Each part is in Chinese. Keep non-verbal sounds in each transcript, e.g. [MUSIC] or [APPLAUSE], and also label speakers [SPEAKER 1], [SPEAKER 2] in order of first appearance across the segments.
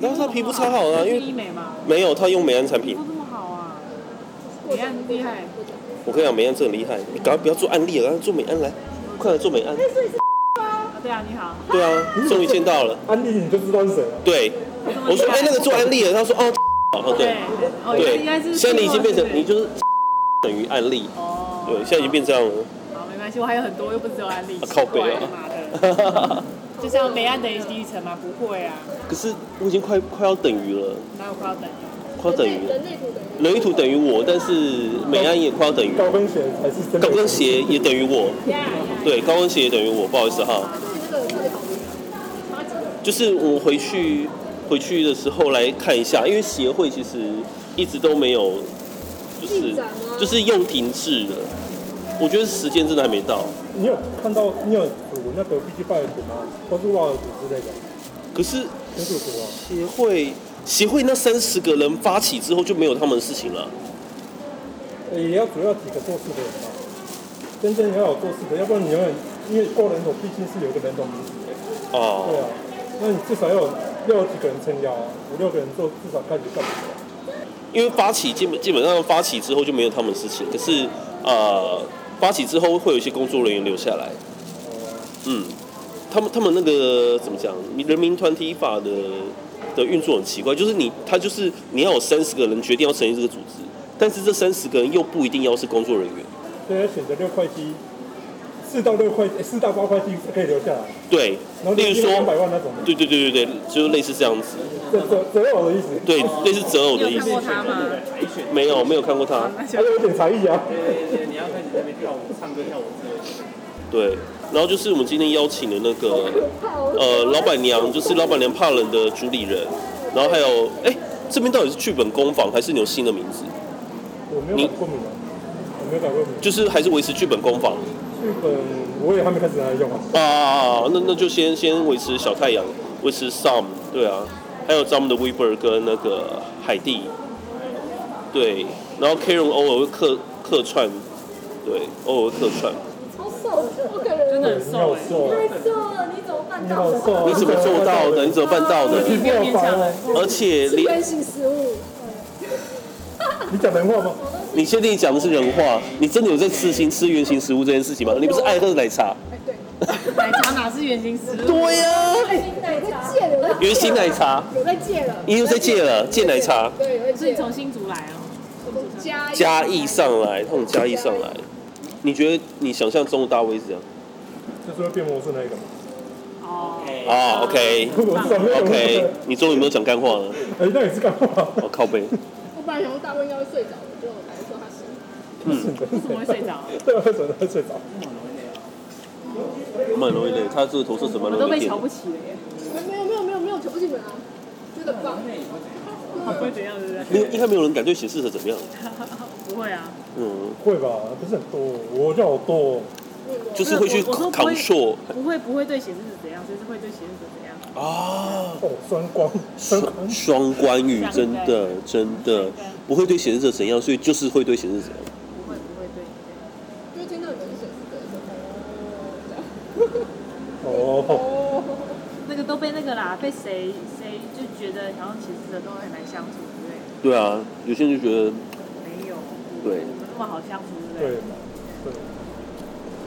[SPEAKER 1] 但是她皮肤超好的啊因为
[SPEAKER 2] 医美嘛，
[SPEAKER 1] 没有，她用美安产品
[SPEAKER 2] 皮肤。这么好啊，美安厉害，
[SPEAKER 1] 我跟你讲，美安真的很厉害，你赶快不要做案例了，赶快做美安来，快来做美安。
[SPEAKER 2] 啊对啊，你好，
[SPEAKER 1] 对啊，终于见到了。
[SPEAKER 3] 安利你就知道是谁了。
[SPEAKER 1] 对，
[SPEAKER 2] 这么
[SPEAKER 1] 我说
[SPEAKER 2] 厉害
[SPEAKER 1] 哎、那个做案例的，他说哦，哦
[SPEAKER 2] 对
[SPEAKER 1] 对，
[SPEAKER 2] 哦，应该
[SPEAKER 1] 对，
[SPEAKER 2] 是
[SPEAKER 1] 现在你已经变成你
[SPEAKER 2] 就
[SPEAKER 1] 就是等于案例，
[SPEAKER 2] 哦，
[SPEAKER 1] 对，现在已经变这样了。
[SPEAKER 2] 好，没关系，我还有很多，又不是只有安利
[SPEAKER 1] 啊，靠背啊
[SPEAKER 2] 怪妈的，就像美安等于第一层嘛，不会啊，
[SPEAKER 1] 可是我已经快快要等于了，
[SPEAKER 2] 哪有快要等的？
[SPEAKER 1] 快要等于了，
[SPEAKER 4] 人类图等于
[SPEAKER 1] 人鱼图等于我，但是美安也快要等于，
[SPEAKER 3] 高跟鞋才是真的。
[SPEAKER 1] 高跟鞋也等于我，对，高跟鞋也等于我，不好意思哈，
[SPEAKER 4] 这个特别好用，超级的
[SPEAKER 1] 就是我回去回去的时候来看一下，因为协会其实一直都没有，就是
[SPEAKER 4] 进展吗
[SPEAKER 1] 就是又停滞了，我觉得时间真的还没到。
[SPEAKER 3] 你有看到你有图那个 B G 拜的图吗？或是瓦尔图之类的
[SPEAKER 1] 可是
[SPEAKER 3] 清楚图啊？
[SPEAKER 1] 协会协会那三十个人发起之后就没有他们的事情了。
[SPEAKER 3] 呃也要主要几个做事的人嘛，真正要有做事的，要不然你永远因为过人头毕竟是有一个人头名字的，对啊，
[SPEAKER 1] 哦，
[SPEAKER 3] 那你至少要有要有几个人撑腰啊，五六个人做至少看你干什么。
[SPEAKER 1] 因为发起基本基本上发起之后就没有他们的事情，可是呃发起之后会有一些工作人员留下来，嗯，他们他们那个怎么讲，人民团体法的的运作很奇怪，就是你他就是你要有三十个人决定要成立这个组织，但是这三十个人又不一定要是工作人员，
[SPEAKER 3] 所以要选择六块肌，四到六块，诶四到八块肌是可以留下来，
[SPEAKER 1] 对
[SPEAKER 3] 然后，
[SPEAKER 1] 例
[SPEAKER 3] 例
[SPEAKER 1] 如
[SPEAKER 3] 如两百
[SPEAKER 1] 说。
[SPEAKER 3] 万那种的，
[SPEAKER 1] 对对对对对，就是类似这样子，
[SPEAKER 3] 这这这我的意思。
[SPEAKER 1] 对，类似择偶的
[SPEAKER 2] 你
[SPEAKER 1] 意
[SPEAKER 2] 有看
[SPEAKER 1] 思
[SPEAKER 2] 过。他吗？
[SPEAKER 1] 没有，没有看过他。
[SPEAKER 2] 那就
[SPEAKER 3] 还有一点才艺啊，
[SPEAKER 5] 你要看你在那边跳舞、唱歌、跳舞之类的。
[SPEAKER 1] 对，然后就是我们今天邀请的那个
[SPEAKER 4] 怕哦
[SPEAKER 1] 呃老板娘，就是老板娘怕冷的主理人，然后还有哎，这边到底是剧本工坊还是你有新的名字？
[SPEAKER 3] 我没有改过名啊，我没有改过名，
[SPEAKER 1] 就是还是维持剧本工坊
[SPEAKER 3] 剧本我也还没开始拿来用啊。
[SPEAKER 1] 啊？那那就先先维持小太阳，维持 Sam，对啊，还有咱们的 Weber 跟那个海蒂，对，然后 Karen 偶尔会客客串，对，偶尔会客串。
[SPEAKER 4] 超瘦的，我感人
[SPEAKER 2] 真的
[SPEAKER 3] 对
[SPEAKER 2] 很
[SPEAKER 3] 你好
[SPEAKER 2] 瘦哎，
[SPEAKER 3] 瘦啊，
[SPEAKER 4] 太瘦了，你怎么办
[SPEAKER 3] 你
[SPEAKER 4] 到
[SPEAKER 3] 好
[SPEAKER 4] 的？
[SPEAKER 3] 瘦啊，
[SPEAKER 1] 你怎么做到的？你怎么办到的？
[SPEAKER 3] 你不要烦哦。
[SPEAKER 1] 而且
[SPEAKER 4] 是
[SPEAKER 1] 连
[SPEAKER 4] 关性食物，
[SPEAKER 3] 你讲人话吗？
[SPEAKER 1] 你确定你讲的是人话？你真的有在吃新吃原型食物这件事情吗？你不是爱喝奶茶？
[SPEAKER 4] 哎对，
[SPEAKER 2] 奶茶哪是原型食物？
[SPEAKER 1] 对呀、
[SPEAKER 4] 奶在戒了，
[SPEAKER 1] 原型奶茶，
[SPEAKER 4] 有在戒了，
[SPEAKER 1] 你又在戒了戒奶茶
[SPEAKER 4] 对，有在
[SPEAKER 2] 所以
[SPEAKER 4] 戒
[SPEAKER 2] 你从新竹来哦，
[SPEAKER 4] 加
[SPEAKER 1] 嘉义上来，他们嘉义上来，你觉得你想象中的大卫是这样？
[SPEAKER 3] 就是会变魔术那一个嘛。
[SPEAKER 2] 哦，
[SPEAKER 1] 啊，OK
[SPEAKER 3] 我至少没有那个
[SPEAKER 1] [LAUGHS] OK，你终于没有讲干话了，
[SPEAKER 3] 哎，那你是干嘛？
[SPEAKER 1] 我、靠背。
[SPEAKER 4] 我本来想说大卫应该会睡着，我就来说他是。
[SPEAKER 1] 嗯，
[SPEAKER 3] 为
[SPEAKER 2] 怎么会睡着？
[SPEAKER 3] 对，为什么会睡着？
[SPEAKER 1] 蛮容易累，他这个投射者
[SPEAKER 2] 我
[SPEAKER 1] 蛮
[SPEAKER 2] 们都
[SPEAKER 1] 容易
[SPEAKER 2] 被
[SPEAKER 1] 点
[SPEAKER 2] 瞧
[SPEAKER 1] 的。
[SPEAKER 2] 不起了耶，
[SPEAKER 4] 没有没有没有没有瞧不起你们啊，觉得很棒。
[SPEAKER 2] 好不会怎样，对不对？
[SPEAKER 1] 没有，应该没有人敢对显示者怎么样。
[SPEAKER 2] 不会啊，
[SPEAKER 1] 嗯，
[SPEAKER 3] 会吧，不是很多，我就好多哦。
[SPEAKER 1] 就是会去
[SPEAKER 2] 我说不会
[SPEAKER 1] 扛硕
[SPEAKER 2] 不会不会对显示者怎样，就是会对显示者怎样。
[SPEAKER 1] 啊，
[SPEAKER 3] 哦，双光，双
[SPEAKER 1] 双
[SPEAKER 3] 光，
[SPEAKER 1] 双关语，真的真的不会对显示者怎样，所以就是会对显示者怎样。
[SPEAKER 2] 不会不会对你这样
[SPEAKER 4] 就听到你们是谁
[SPEAKER 3] 哦，
[SPEAKER 2] 那个都被那个啦，被谁谁就觉得好像其实都很难相处，对不对？
[SPEAKER 1] 对啊，有些人就觉得
[SPEAKER 2] 没有，
[SPEAKER 1] 对
[SPEAKER 2] 我们那么好相处，对不
[SPEAKER 3] 对
[SPEAKER 2] 对？
[SPEAKER 3] 嘛，对，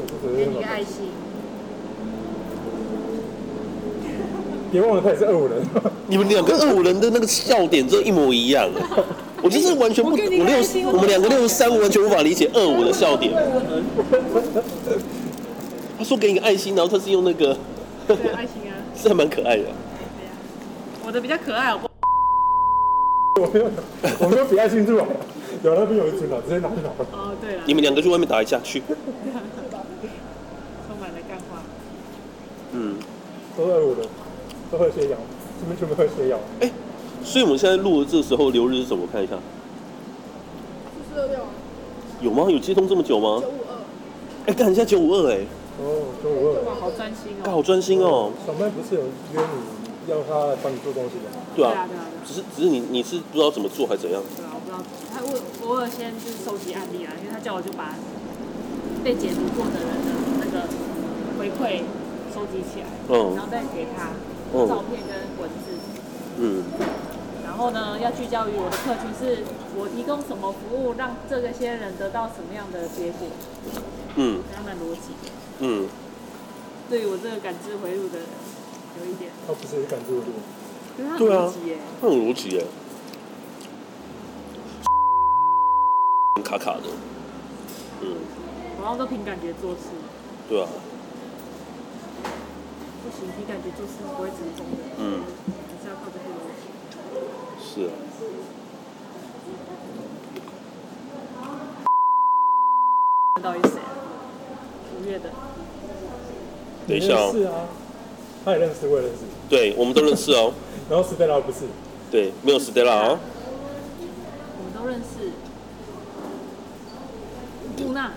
[SPEAKER 3] 我就
[SPEAKER 2] 给
[SPEAKER 3] 觉
[SPEAKER 2] 你一个爱
[SPEAKER 3] 得
[SPEAKER 2] 心，
[SPEAKER 3] 别忘了他也是二五人，
[SPEAKER 1] 你们两个二五人的那个笑点真的一模一 [LAUGHS] 样，我就是完全不，我
[SPEAKER 2] 我跟你开
[SPEAKER 1] 六
[SPEAKER 2] 心
[SPEAKER 1] 我们两个六十三，我完全无法理解二五的笑点。他说给你个爱心，然后他是用那个，
[SPEAKER 2] 对爱心啊，
[SPEAKER 1] 是还蛮可爱的。
[SPEAKER 2] 我的比较可爱，我不
[SPEAKER 3] 我没有，我没有比爱心助啊。有那边有一尊啊，直接拿去拿吧。
[SPEAKER 2] 哦对了，
[SPEAKER 1] 你们两个去外面打一架去，
[SPEAKER 2] 充满了干话。
[SPEAKER 1] 嗯，
[SPEAKER 3] 都是二五人，都喝血氧，这边全部喝血氧。
[SPEAKER 1] 哎所以我们现在录的这时候流日是什么？我看一下，
[SPEAKER 4] 四六六
[SPEAKER 1] 有吗？有接通这么久吗
[SPEAKER 4] 九？五二，
[SPEAKER 1] 哎、看一下九五二，哎，
[SPEAKER 3] 哦，九五二。
[SPEAKER 2] 好专心
[SPEAKER 1] 干
[SPEAKER 2] 哦。
[SPEAKER 1] 好专心哦。
[SPEAKER 3] 小麦不是有约你要他来帮你做东西的吗？
[SPEAKER 2] 对
[SPEAKER 1] 对啊
[SPEAKER 2] 啊，对啊，对啊
[SPEAKER 1] 只是只是你你是不知道怎么做还是怎样？
[SPEAKER 2] 对啊，我不知道，他我偶尔先就是收集案例啊，因为他叫我就把被解读过的人的那个回馈收集起来，
[SPEAKER 1] 嗯
[SPEAKER 2] 然后再给他
[SPEAKER 1] 嗯
[SPEAKER 2] 照片跟文字，
[SPEAKER 1] 嗯
[SPEAKER 2] 然后呢，要聚焦于我的客群是我提供什么服务，让这个些人得到什么样的结果，
[SPEAKER 1] 嗯
[SPEAKER 2] 这样的逻辑。
[SPEAKER 1] 嗯，
[SPEAKER 2] 对于我这个感知回路的人，有一点，
[SPEAKER 3] 他不是感知我，
[SPEAKER 2] 可是他很
[SPEAKER 1] 对
[SPEAKER 2] 逻
[SPEAKER 1] 啊
[SPEAKER 2] 辑耶，
[SPEAKER 1] 那种逻辑耶，卡卡的，嗯，
[SPEAKER 2] 我好像都凭感觉做事，
[SPEAKER 1] 对啊，
[SPEAKER 2] 不行，凭感觉做事不会成功的，
[SPEAKER 1] 嗯，
[SPEAKER 2] 还是要靠这些逻辑。
[SPEAKER 1] 是啊。
[SPEAKER 2] 到底谁啊？五月的，
[SPEAKER 1] 等一下哦
[SPEAKER 3] 你认识啊，他也认识，我也认识。
[SPEAKER 1] 对，我们都认识哦。
[SPEAKER 3] 然后斯贝拉不是，
[SPEAKER 1] 对，没有 Stella 哦。
[SPEAKER 2] 我们都认识。露娜，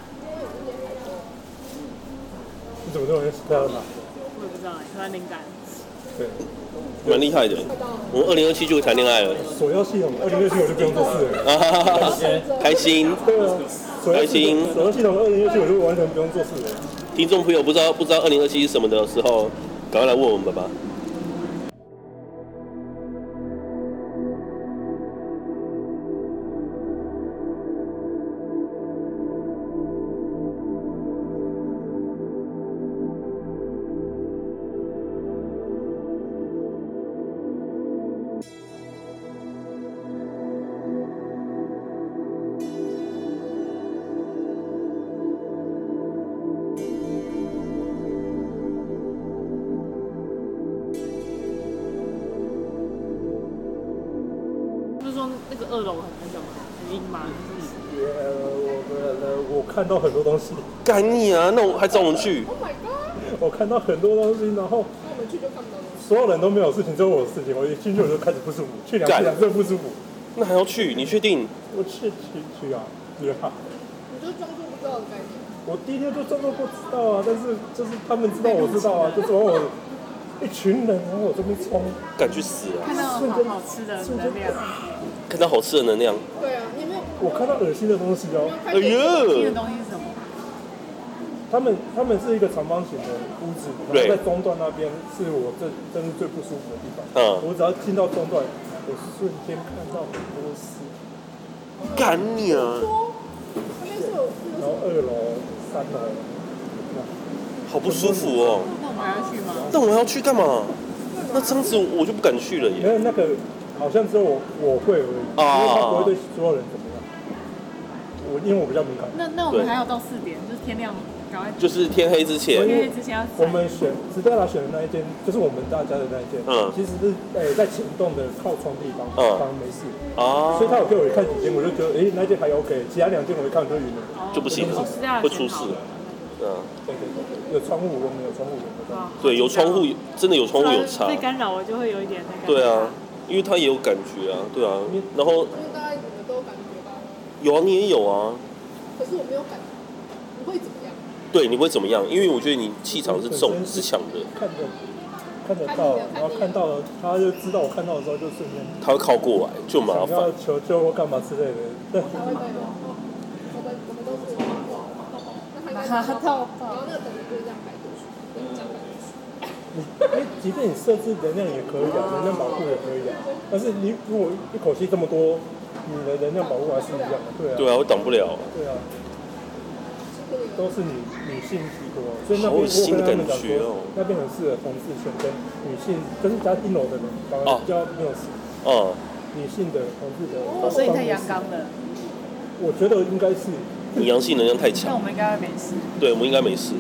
[SPEAKER 3] 你怎么这么认识他嘛？
[SPEAKER 2] 我也不知道哎、突然灵感。
[SPEAKER 3] 对，
[SPEAKER 1] 蛮厉害的。我们二零二七就会谈恋爱了，
[SPEAKER 3] 索要系统二零六七我就不用做事了。
[SPEAKER 1] 啊哈哈哈哈， [LAUGHS] 开心。
[SPEAKER 3] 对啊，索要
[SPEAKER 1] 开
[SPEAKER 3] 系
[SPEAKER 1] 心
[SPEAKER 3] 统索要系统二零六七我就完全不用做事了。
[SPEAKER 1] 听众朋友不知道不知道二零二七是什么的时候，赶快来问我们吧。
[SPEAKER 2] 不是说那个二楼很那个吗？很阴吗？
[SPEAKER 3] 呃，我呃我看到很多东西，
[SPEAKER 1] 干你啊！那我还找我们去，
[SPEAKER 4] Oh my god！
[SPEAKER 3] 我看到很多东西，然后
[SPEAKER 4] 那我们去就看不到了。
[SPEAKER 3] 所有人都没有事情，只有我有事情。我一进去我就开始不舒服，去两
[SPEAKER 1] 干
[SPEAKER 3] 次两次都不舒服。
[SPEAKER 1] 那还要去？你确定？
[SPEAKER 3] 我去去去啊，去啊！
[SPEAKER 4] 你就装作不知道的概念。
[SPEAKER 3] 我第一天就装作不知道啊，但是就是他们知道我知道
[SPEAKER 4] [LAUGHS]
[SPEAKER 3] 啊，就是往我一群人往我这边冲，
[SPEAKER 1] 敢去死啊！
[SPEAKER 2] 看到好好吃的能量，
[SPEAKER 1] 看到好吃的能量，
[SPEAKER 4] 对啊，你没有
[SPEAKER 3] 我看到恶心的东西
[SPEAKER 4] 没有
[SPEAKER 3] 哦。
[SPEAKER 4] 看
[SPEAKER 1] 哎
[SPEAKER 4] 见
[SPEAKER 2] 新的
[SPEAKER 1] 呦，
[SPEAKER 2] 东西是什么？
[SPEAKER 3] 他们他们是一个长方形的屋子，然
[SPEAKER 1] 对
[SPEAKER 3] 后在中段那边是我这真是最不舒服的地方。
[SPEAKER 1] 嗯，
[SPEAKER 3] 我只要进到中段，我瞬间看到很多事，
[SPEAKER 1] 干你啊！
[SPEAKER 4] 说那边是有是
[SPEAKER 3] 然
[SPEAKER 4] 有什
[SPEAKER 3] 后
[SPEAKER 4] 么？
[SPEAKER 3] 二楼、三楼，
[SPEAKER 1] 好不舒服哦。
[SPEAKER 2] 那我们还要去吗？
[SPEAKER 1] 那我要去干嘛？那这样子我就不敢去了
[SPEAKER 3] 没
[SPEAKER 1] 耶。
[SPEAKER 3] 有那个好像只有我我会而已，因
[SPEAKER 1] 啊
[SPEAKER 3] 为他不会对所有人怎么样。我因为我比较敏感，
[SPEAKER 2] 那那我们还要到四点，就是天亮，赶快
[SPEAKER 1] 就是天黑之前，
[SPEAKER 2] 天黑之前要
[SPEAKER 3] 我们选直代拉选的那一间，就是我们大家的那一间，
[SPEAKER 1] 嗯
[SPEAKER 3] 其实是诶、在前栋的靠窗地方，
[SPEAKER 1] 嗯
[SPEAKER 3] 反正没事，所
[SPEAKER 1] 啊
[SPEAKER 3] 以，他有给我看几间，我就觉得诶、那间还 OK，其他两间我一看我就晕了。
[SPEAKER 1] 就不行了
[SPEAKER 2] 哦是这样
[SPEAKER 1] 会出事嗯，
[SPEAKER 3] 对对对，有窗户我们有窗户我们，
[SPEAKER 2] 哦好
[SPEAKER 1] 对，有窗户真的有窗户
[SPEAKER 2] 突
[SPEAKER 1] 有差
[SPEAKER 2] 然，啊被干扰，我就会有一点那个。
[SPEAKER 1] 对啊，，因为他也有感觉啊，对啊，然后
[SPEAKER 4] 因为大家你们都感觉到，
[SPEAKER 1] 有啊，你也有啊，
[SPEAKER 4] 可是我没有感觉，你会怎么样？
[SPEAKER 1] 对，你会怎么样？因为我觉得你气场是重是强的，
[SPEAKER 3] 看得看得到，然后看到了，他就知道我看到的时候就瞬间
[SPEAKER 1] 他会靠过来就麻
[SPEAKER 3] 想要
[SPEAKER 1] 烦。
[SPEAKER 3] 求救或干嘛之类的。对，
[SPEAKER 4] 台湾没有，我们我们都是那他应该然后那个等就是这样摆过去，跟你讲摆过去。
[SPEAKER 3] 你哎，即便你设置能量也可以啊，能量保护也可以啊。但是你如果一口气这么多，你的能量保护还是一样的，对啊，
[SPEAKER 1] 对啊，我挡不了啊、
[SPEAKER 3] 对啊，
[SPEAKER 4] 对
[SPEAKER 3] 都是女女性居多，所以那边
[SPEAKER 1] 好有新
[SPEAKER 3] 我
[SPEAKER 1] 的
[SPEAKER 3] 跟他们讲
[SPEAKER 1] 感觉
[SPEAKER 3] 说
[SPEAKER 1] 哦，
[SPEAKER 3] 那边很适合同志圈跟女性，就是比较阴柔的人，反
[SPEAKER 1] 哦
[SPEAKER 3] 而比较没有
[SPEAKER 1] 嗯，
[SPEAKER 3] 女性的同志的。
[SPEAKER 2] 哦，所以你太阳刚了，
[SPEAKER 3] 我觉得应该是。
[SPEAKER 1] 你阳性能量太
[SPEAKER 2] 那
[SPEAKER 1] 强
[SPEAKER 2] 我，们应该会没事。
[SPEAKER 1] 对我们应该没事。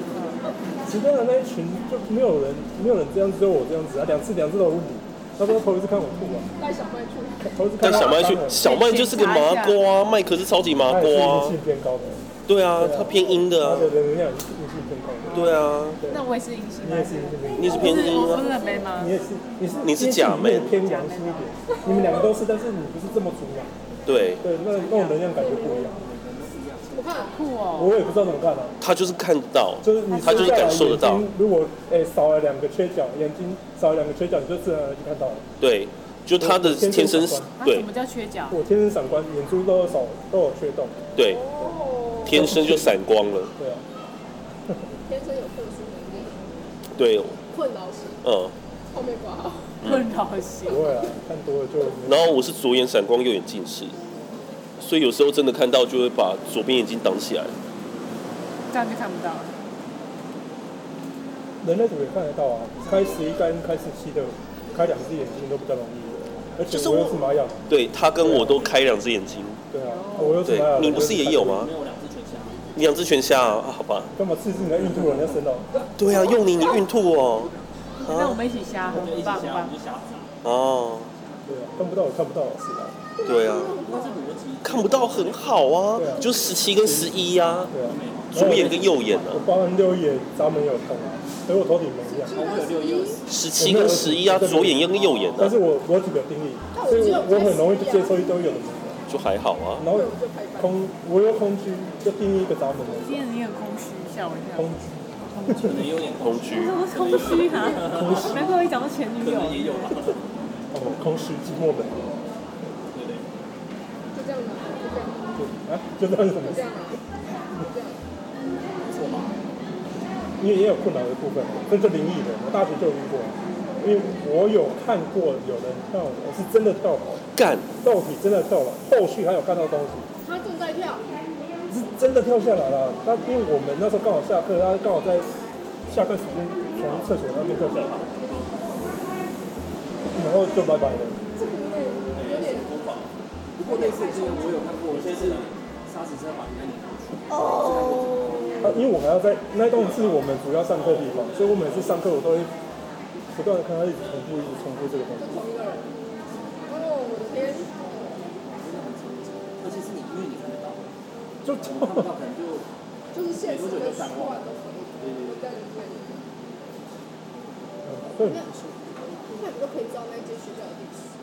[SPEAKER 3] 直播的那一群就没有人，没有人这样子，只有我这样子啊，两次两次都有问题。他说头一次看我吐啊，
[SPEAKER 4] 带小麦去，
[SPEAKER 3] 头一次看
[SPEAKER 1] 但
[SPEAKER 3] 到
[SPEAKER 1] 小麦去
[SPEAKER 3] 我，脏
[SPEAKER 1] 小麦就是个麻瓜、啊麦克是超级麻
[SPEAKER 3] 了他
[SPEAKER 1] 瓜、
[SPEAKER 3] 哎
[SPEAKER 1] 啊
[SPEAKER 3] 也是阴性偏高的，
[SPEAKER 1] 对啊，他偏阴的
[SPEAKER 3] 他
[SPEAKER 1] 啊。
[SPEAKER 3] 的能量也是阴性偏高的。
[SPEAKER 1] 对啊，
[SPEAKER 2] 那我也是阴性啊
[SPEAKER 3] 你也是阴性偏高的，
[SPEAKER 2] 不是
[SPEAKER 1] 你是偏阴
[SPEAKER 6] 哦
[SPEAKER 2] 我不
[SPEAKER 1] 啊。
[SPEAKER 2] 是很没吗
[SPEAKER 3] 你？也是，你是
[SPEAKER 1] 你是假
[SPEAKER 3] 你
[SPEAKER 1] 妹
[SPEAKER 3] 也偏阳性一点，你们两个都是，但是你不是这么主阳，
[SPEAKER 1] 对，
[SPEAKER 3] 对，那那种能量感觉不一样。
[SPEAKER 4] 我看
[SPEAKER 2] 酷哦，
[SPEAKER 3] 我也不知道怎么看啊，
[SPEAKER 1] 他就是看到，
[SPEAKER 3] 就是你
[SPEAKER 1] 他就是
[SPEAKER 3] 在
[SPEAKER 1] 感受得到
[SPEAKER 3] 眼睛如果诶、少了两个缺角，眼睛少了两个缺角，你就自然而然就看到了。
[SPEAKER 1] 对，就他的天生
[SPEAKER 2] 那
[SPEAKER 1] 对
[SPEAKER 2] 什么叫缺角？
[SPEAKER 3] 我天生闪光，眼珠都有少都有缺洞，
[SPEAKER 1] 对，
[SPEAKER 4] 哦，
[SPEAKER 1] 天生就闪光了。
[SPEAKER 3] 对啊。
[SPEAKER 4] 天生有特殊能力，
[SPEAKER 1] 对，
[SPEAKER 4] 困扰型，
[SPEAKER 1] 嗯，
[SPEAKER 4] 后面挂号，
[SPEAKER 6] 困扰型。
[SPEAKER 3] 不会啊，看多了就没
[SPEAKER 1] 然后我是左眼闪光，右眼近视，所以有时候真的看到就会把左边眼睛挡起来。
[SPEAKER 6] 这样就看不到了。
[SPEAKER 3] 人类怎么也看得到啊？开十一跟开十七的，开两只眼睛都比较容易，而且
[SPEAKER 1] 就是
[SPEAKER 3] 我
[SPEAKER 1] 我
[SPEAKER 3] 又是玛雅，
[SPEAKER 1] 对他跟我都开两只眼睛，
[SPEAKER 3] 对啊，我又是
[SPEAKER 1] 对
[SPEAKER 3] 玛雅，
[SPEAKER 1] 你不是也有？吗
[SPEAKER 7] 没？有两只全瞎，
[SPEAKER 1] 你两只全瞎啊？啊好吧。
[SPEAKER 3] 干嘛刺激你的印度人要生哦？
[SPEAKER 1] 对啊，用你你孕吐哦。
[SPEAKER 6] 那我们一起瞎，
[SPEAKER 7] 就一
[SPEAKER 6] 很
[SPEAKER 7] 起
[SPEAKER 6] 棒很
[SPEAKER 7] 瞎，
[SPEAKER 6] 棒
[SPEAKER 7] 我就。瞎砸。
[SPEAKER 1] 哦，
[SPEAKER 3] 对啊，看不到我看不到是啊，
[SPEAKER 1] 对啊，
[SPEAKER 7] 那是逻辑，
[SPEAKER 1] 看不到很好啊，就十七跟十一呀，
[SPEAKER 3] 对啊，
[SPEAKER 1] 左眼跟右眼
[SPEAKER 3] 我
[SPEAKER 1] 啊，
[SPEAKER 3] 八完六眼闸门有痛啊，所以我头顶没一样。
[SPEAKER 1] 哦
[SPEAKER 7] 我有六一二四，
[SPEAKER 1] 十七跟十一啊，左眼跟右眼
[SPEAKER 3] 但
[SPEAKER 1] 啊，
[SPEAKER 3] 是我我体有定义，所以我我很容易就接受一堆有的，
[SPEAKER 1] 就还好啊。
[SPEAKER 3] 然后空我有空虚就定义一个闸门
[SPEAKER 6] 今
[SPEAKER 3] 的
[SPEAKER 6] 天你很空虚，吓我一跳
[SPEAKER 3] 空。虚，
[SPEAKER 7] 可能有点空，
[SPEAKER 1] 同居
[SPEAKER 6] 你怎么空虚啊？难怪会讲到前女
[SPEAKER 7] 可能也
[SPEAKER 6] 友。
[SPEAKER 7] 有吧，
[SPEAKER 3] 哦，空虚寂寞冷，
[SPEAKER 7] 对不对？
[SPEAKER 4] 就这样拿，就这样拿，
[SPEAKER 3] 就啊，就那是什么
[SPEAKER 4] 就这？样拿，就这样。
[SPEAKER 7] 错吧？
[SPEAKER 3] 因为也有困扰的部分，甚至灵异的，我大学就有遇过，因为我有看过有人跳楼，是真的跳楼，
[SPEAKER 1] 干，
[SPEAKER 3] 肉体真的跳楼，后续还有看到东西。
[SPEAKER 4] 他正在跳，
[SPEAKER 3] 是真的跳下来了。那因为我们那时候刚好下课，他刚好在下课时间从厕所那边跳下来，然后就拜拜了。
[SPEAKER 4] 这个有点有点
[SPEAKER 7] 疯狂。不过类似这个我有看过，有些是杀死车把人家碾过去，
[SPEAKER 3] 啊，因为我还要在那栋是我们主要上课地方，所以我每次上课我都会不断的看他一直重复，一直重复这个动
[SPEAKER 4] 就
[SPEAKER 3] 作。
[SPEAKER 4] 同一个人。哦，我的天，
[SPEAKER 7] 尤其是你，因为你看得到，
[SPEAKER 3] 就 [LAUGHS]
[SPEAKER 7] 我看不到可能就
[SPEAKER 4] 就是现实跟虚幻都可以，我在里面，
[SPEAKER 3] 对，
[SPEAKER 4] 那你都可以知道那间学校的历史。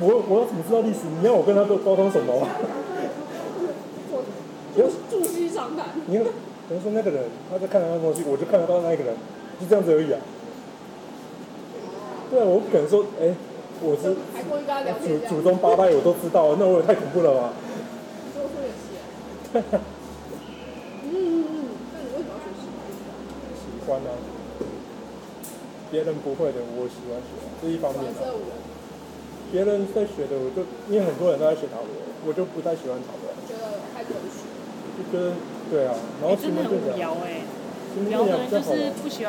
[SPEAKER 3] 我我要怎么知道历史？你要我跟他沟沟通什么？ [LAUGHS]
[SPEAKER 4] 我
[SPEAKER 3] 我
[SPEAKER 4] 住西长谈，
[SPEAKER 3] 你看，等于说那个人他在看他的东西，我就看得到那一个人，就这样子而已啊。对啊，我不可能说，哎、我是
[SPEAKER 4] 还过去跟他聊
[SPEAKER 3] 祖
[SPEAKER 4] 天这样，
[SPEAKER 3] 祖宗八代我都知道，啊那我也太恐怖了吧？
[SPEAKER 4] 做出也是。嗯嗯，那你为什么要学习？
[SPEAKER 3] 喜欢啊，别人不会的我喜欢学，这一方面
[SPEAKER 4] 玩
[SPEAKER 3] 啊
[SPEAKER 4] 这。舞，
[SPEAKER 3] 别人在学的，我就因为很多人都在学塔罗，我就不太喜欢塔罗，
[SPEAKER 4] 觉得太文学。
[SPEAKER 3] 就觉得对啊。然后
[SPEAKER 6] 哎
[SPEAKER 3] 奇
[SPEAKER 6] 真的
[SPEAKER 3] 门
[SPEAKER 6] 很
[SPEAKER 3] 遁
[SPEAKER 6] 无
[SPEAKER 3] 甲，
[SPEAKER 6] 聊哎，无
[SPEAKER 3] 奇门
[SPEAKER 6] 聊
[SPEAKER 3] 遁
[SPEAKER 6] 的
[SPEAKER 3] 甲
[SPEAKER 6] 人
[SPEAKER 3] 比
[SPEAKER 6] 就
[SPEAKER 3] 较好
[SPEAKER 6] 是
[SPEAKER 3] 玩。
[SPEAKER 6] 不喜欢，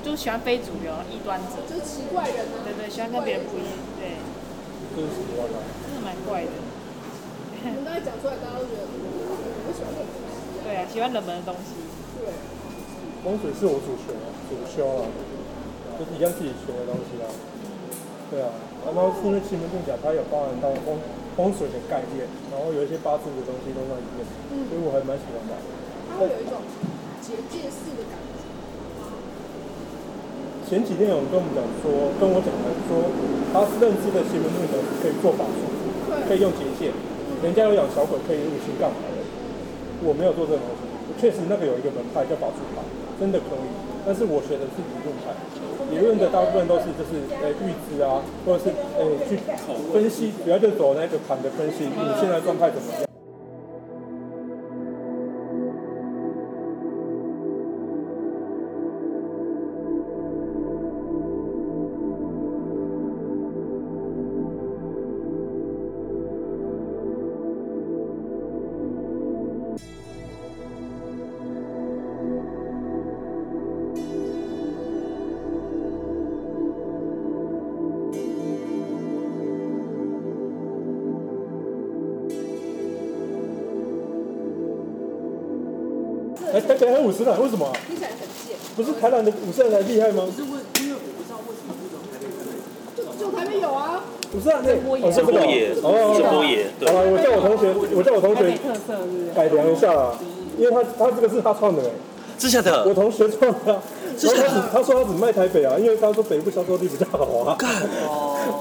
[SPEAKER 6] 就喜欢非主流异端者。
[SPEAKER 4] 就是奇怪人啊，
[SPEAKER 6] 对对，喜欢跟别人不一，对，
[SPEAKER 3] 就是喜欢啊。
[SPEAKER 6] 真的蛮怪的。
[SPEAKER 4] 我们刚才讲出来，大家都觉得嗯我不喜欢这种东西啊。
[SPEAKER 6] 对啊，喜欢冷门的东西。
[SPEAKER 4] 对，
[SPEAKER 3] 风水啊是我主学啊，主修啊，就是一样自己学的东西啊。对啊，然后是因为奇门遁甲它有包含到风风水的概念，然后有一些八字的东西都在里面，所以我还蛮喜欢的。
[SPEAKER 4] 它会有一种结界式的感觉。
[SPEAKER 3] 前几天有人跟我们讲说，跟我讲的说，他是认知的奇门遁甲是可以做法术，可
[SPEAKER 4] 对，
[SPEAKER 3] 以用结界，人家有养小鬼可以入侵干嘛的，我没有做这种东西。确实那个有一个门派叫法术派，真的可以，但是我学的是理论派，理论的大部分都是就是呃预知啊，或者是呃去分析，主要就走那个盘的分析，你现在状态怎么样。哎，台北还有五十人，为什么啊、
[SPEAKER 4] 听起来很贱。
[SPEAKER 3] 不是台南的五十人还厉害吗？
[SPEAKER 7] 可是问，因为我不知道为什么这种台北人
[SPEAKER 4] 就就台北有啊，
[SPEAKER 3] 五十人那
[SPEAKER 6] 波爷
[SPEAKER 3] 哦，是这
[SPEAKER 1] 这
[SPEAKER 3] 个
[SPEAKER 1] 波
[SPEAKER 3] 哦
[SPEAKER 1] 野，
[SPEAKER 3] 哦哦，
[SPEAKER 1] 这波野，对
[SPEAKER 3] 好，了，我叫我同学，我叫我同
[SPEAKER 6] 台北
[SPEAKER 3] 学
[SPEAKER 6] 特色是不是？
[SPEAKER 3] 改良一下啦，因为他他这个是他创的、欸，
[SPEAKER 1] 是假
[SPEAKER 3] 我
[SPEAKER 1] 的，
[SPEAKER 3] 同学创的、啊。
[SPEAKER 1] 是
[SPEAKER 3] 然后
[SPEAKER 1] 假
[SPEAKER 3] 他
[SPEAKER 1] 的
[SPEAKER 3] 只他说他只卖台北啊，因为他说北部销售力比较好啊。
[SPEAKER 1] 干，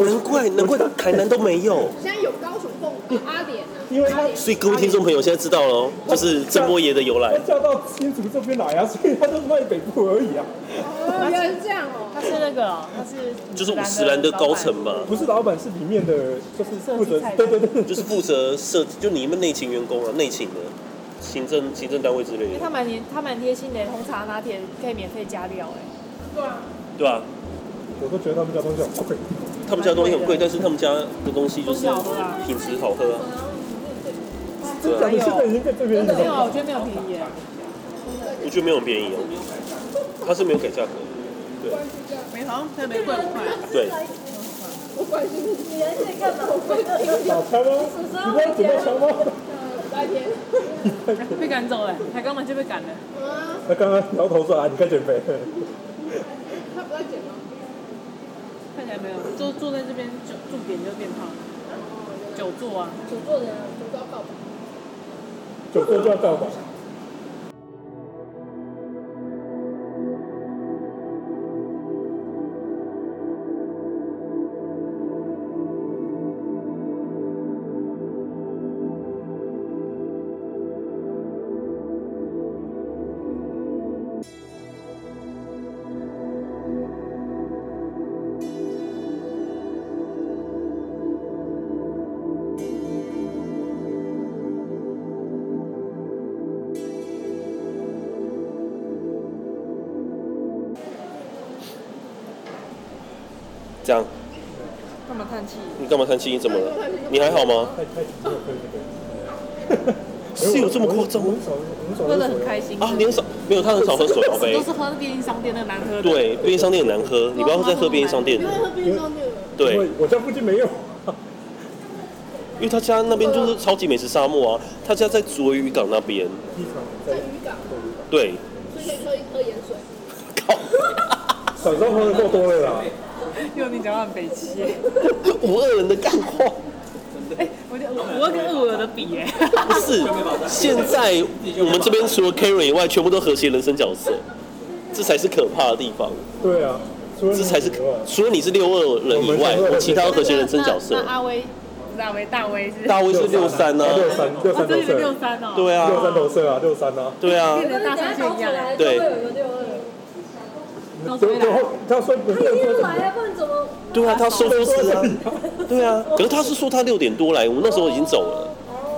[SPEAKER 1] 难怪难怪台南都没有。
[SPEAKER 4] 现在有高雄凤凰阿莲啊，
[SPEAKER 3] 因为他
[SPEAKER 4] 阿莲
[SPEAKER 1] 所以各位听众朋友现在知道喽，就是郑波爷的由
[SPEAKER 3] 他
[SPEAKER 1] 来。
[SPEAKER 3] 叫到新竹这边来啊，所以他都卖北部而已啊，
[SPEAKER 4] 哦，原来是这样
[SPEAKER 2] [LAUGHS]
[SPEAKER 4] 哦。
[SPEAKER 6] 他是那个哦，他是
[SPEAKER 1] 就是五十岚的高层嘛，
[SPEAKER 3] 不是老板是里面的，就是负责
[SPEAKER 6] 设计菜单
[SPEAKER 3] 对对对，
[SPEAKER 1] 就是负责设，就你们内勤员工啊，内勤的行政行政单位之类
[SPEAKER 6] 因为
[SPEAKER 2] 欸
[SPEAKER 1] 的。
[SPEAKER 6] 他蛮贴，他蛮贴心的，红茶拿铁可以免费加料哎。
[SPEAKER 4] 对啊，
[SPEAKER 1] 对吧、
[SPEAKER 3] 我都觉得他们家东西很贵。
[SPEAKER 1] 他们家东西很贵，但是他们家的东西就是
[SPEAKER 6] 东西好喝啊
[SPEAKER 1] 品质好喝啊、
[SPEAKER 3] 真的假的？现在已经变这边
[SPEAKER 2] 没有啊，
[SPEAKER 3] 了。
[SPEAKER 2] 我觉得没有便宜耶，
[SPEAKER 1] 我觉得没有很便宜哦，它是没有改价格的。
[SPEAKER 2] 没好像才没贵五块。
[SPEAKER 1] 对，
[SPEAKER 3] 打开吗？你不要准备枪吗？
[SPEAKER 4] 白天，
[SPEAKER 2] 被赶走了，才刚完就被赶了。
[SPEAKER 3] 他刚刚摇头说啊，你该减肥。
[SPEAKER 4] 他不在剪吗？
[SPEAKER 2] 看起来没有，就坐在这边久驻点就变胖了，久坐啊。
[SPEAKER 4] 久坐的人，久坐要告白。
[SPEAKER 3] 久坐就要到吧。
[SPEAKER 1] 这样
[SPEAKER 2] 干嘛叹气？
[SPEAKER 1] 你干嘛叹气？你怎么了？你还好吗？
[SPEAKER 3] 太太可以可以可以。
[SPEAKER 1] 是有这么夸张吗
[SPEAKER 3] 我很少很少
[SPEAKER 2] 喝得很开心
[SPEAKER 1] 啊？你很少没有，他很少喝手摇 [LAUGHS] 杯
[SPEAKER 2] 都。是喝便利商店那难喝的。
[SPEAKER 1] 对，便利商店很难喝，你不要再喝便利商店
[SPEAKER 4] 因
[SPEAKER 1] 的
[SPEAKER 4] 为。他冰箱店了，
[SPEAKER 1] 对，
[SPEAKER 3] 因为
[SPEAKER 1] 因
[SPEAKER 3] 我家附近没有。
[SPEAKER 1] 为他家那边就是超级美食沙漠啊，他家在竹围渔港那边。
[SPEAKER 3] 机场
[SPEAKER 4] 在
[SPEAKER 3] 在
[SPEAKER 4] 渔港，
[SPEAKER 1] 对，
[SPEAKER 4] 所以可以喝一喝盐水。
[SPEAKER 1] 靠，
[SPEAKER 3] 小时候喝的够多了啦。
[SPEAKER 2] 用你讲话很北齐耶。
[SPEAKER 1] 五二人的干话。
[SPEAKER 2] 我就我我要跟二五的比耶。
[SPEAKER 1] 不是，现在我们这边除了 Karen 以外，全部都和谐人生角色，这才是可怕的地方，
[SPEAKER 3] 对啊，除了
[SPEAKER 1] 这才是
[SPEAKER 3] 以外
[SPEAKER 1] 除了你是六二人以外，我其他都和谐人生角色
[SPEAKER 2] 那。阿威，不是阿威，大威是。
[SPEAKER 1] 大威是六三呢，
[SPEAKER 3] 六三六三
[SPEAKER 2] 哦，这
[SPEAKER 3] 投
[SPEAKER 2] 是
[SPEAKER 3] 射
[SPEAKER 2] 六，三哦。
[SPEAKER 1] 对
[SPEAKER 3] 六三
[SPEAKER 1] 啊，
[SPEAKER 3] 投射啊，六三啊。
[SPEAKER 1] 对啊，
[SPEAKER 2] 跟大三线一样。
[SPEAKER 1] 对
[SPEAKER 2] 然后
[SPEAKER 3] 就
[SPEAKER 2] 回
[SPEAKER 3] 就
[SPEAKER 2] 来，
[SPEAKER 3] 他说不是说
[SPEAKER 4] 来啊，不然怎么？
[SPEAKER 1] 对啊，他收
[SPEAKER 3] 说
[SPEAKER 1] 收
[SPEAKER 3] 说
[SPEAKER 1] 是啊，
[SPEAKER 3] 是
[SPEAKER 1] 对啊，可是他是说他六点多来，我们那时候已经走了，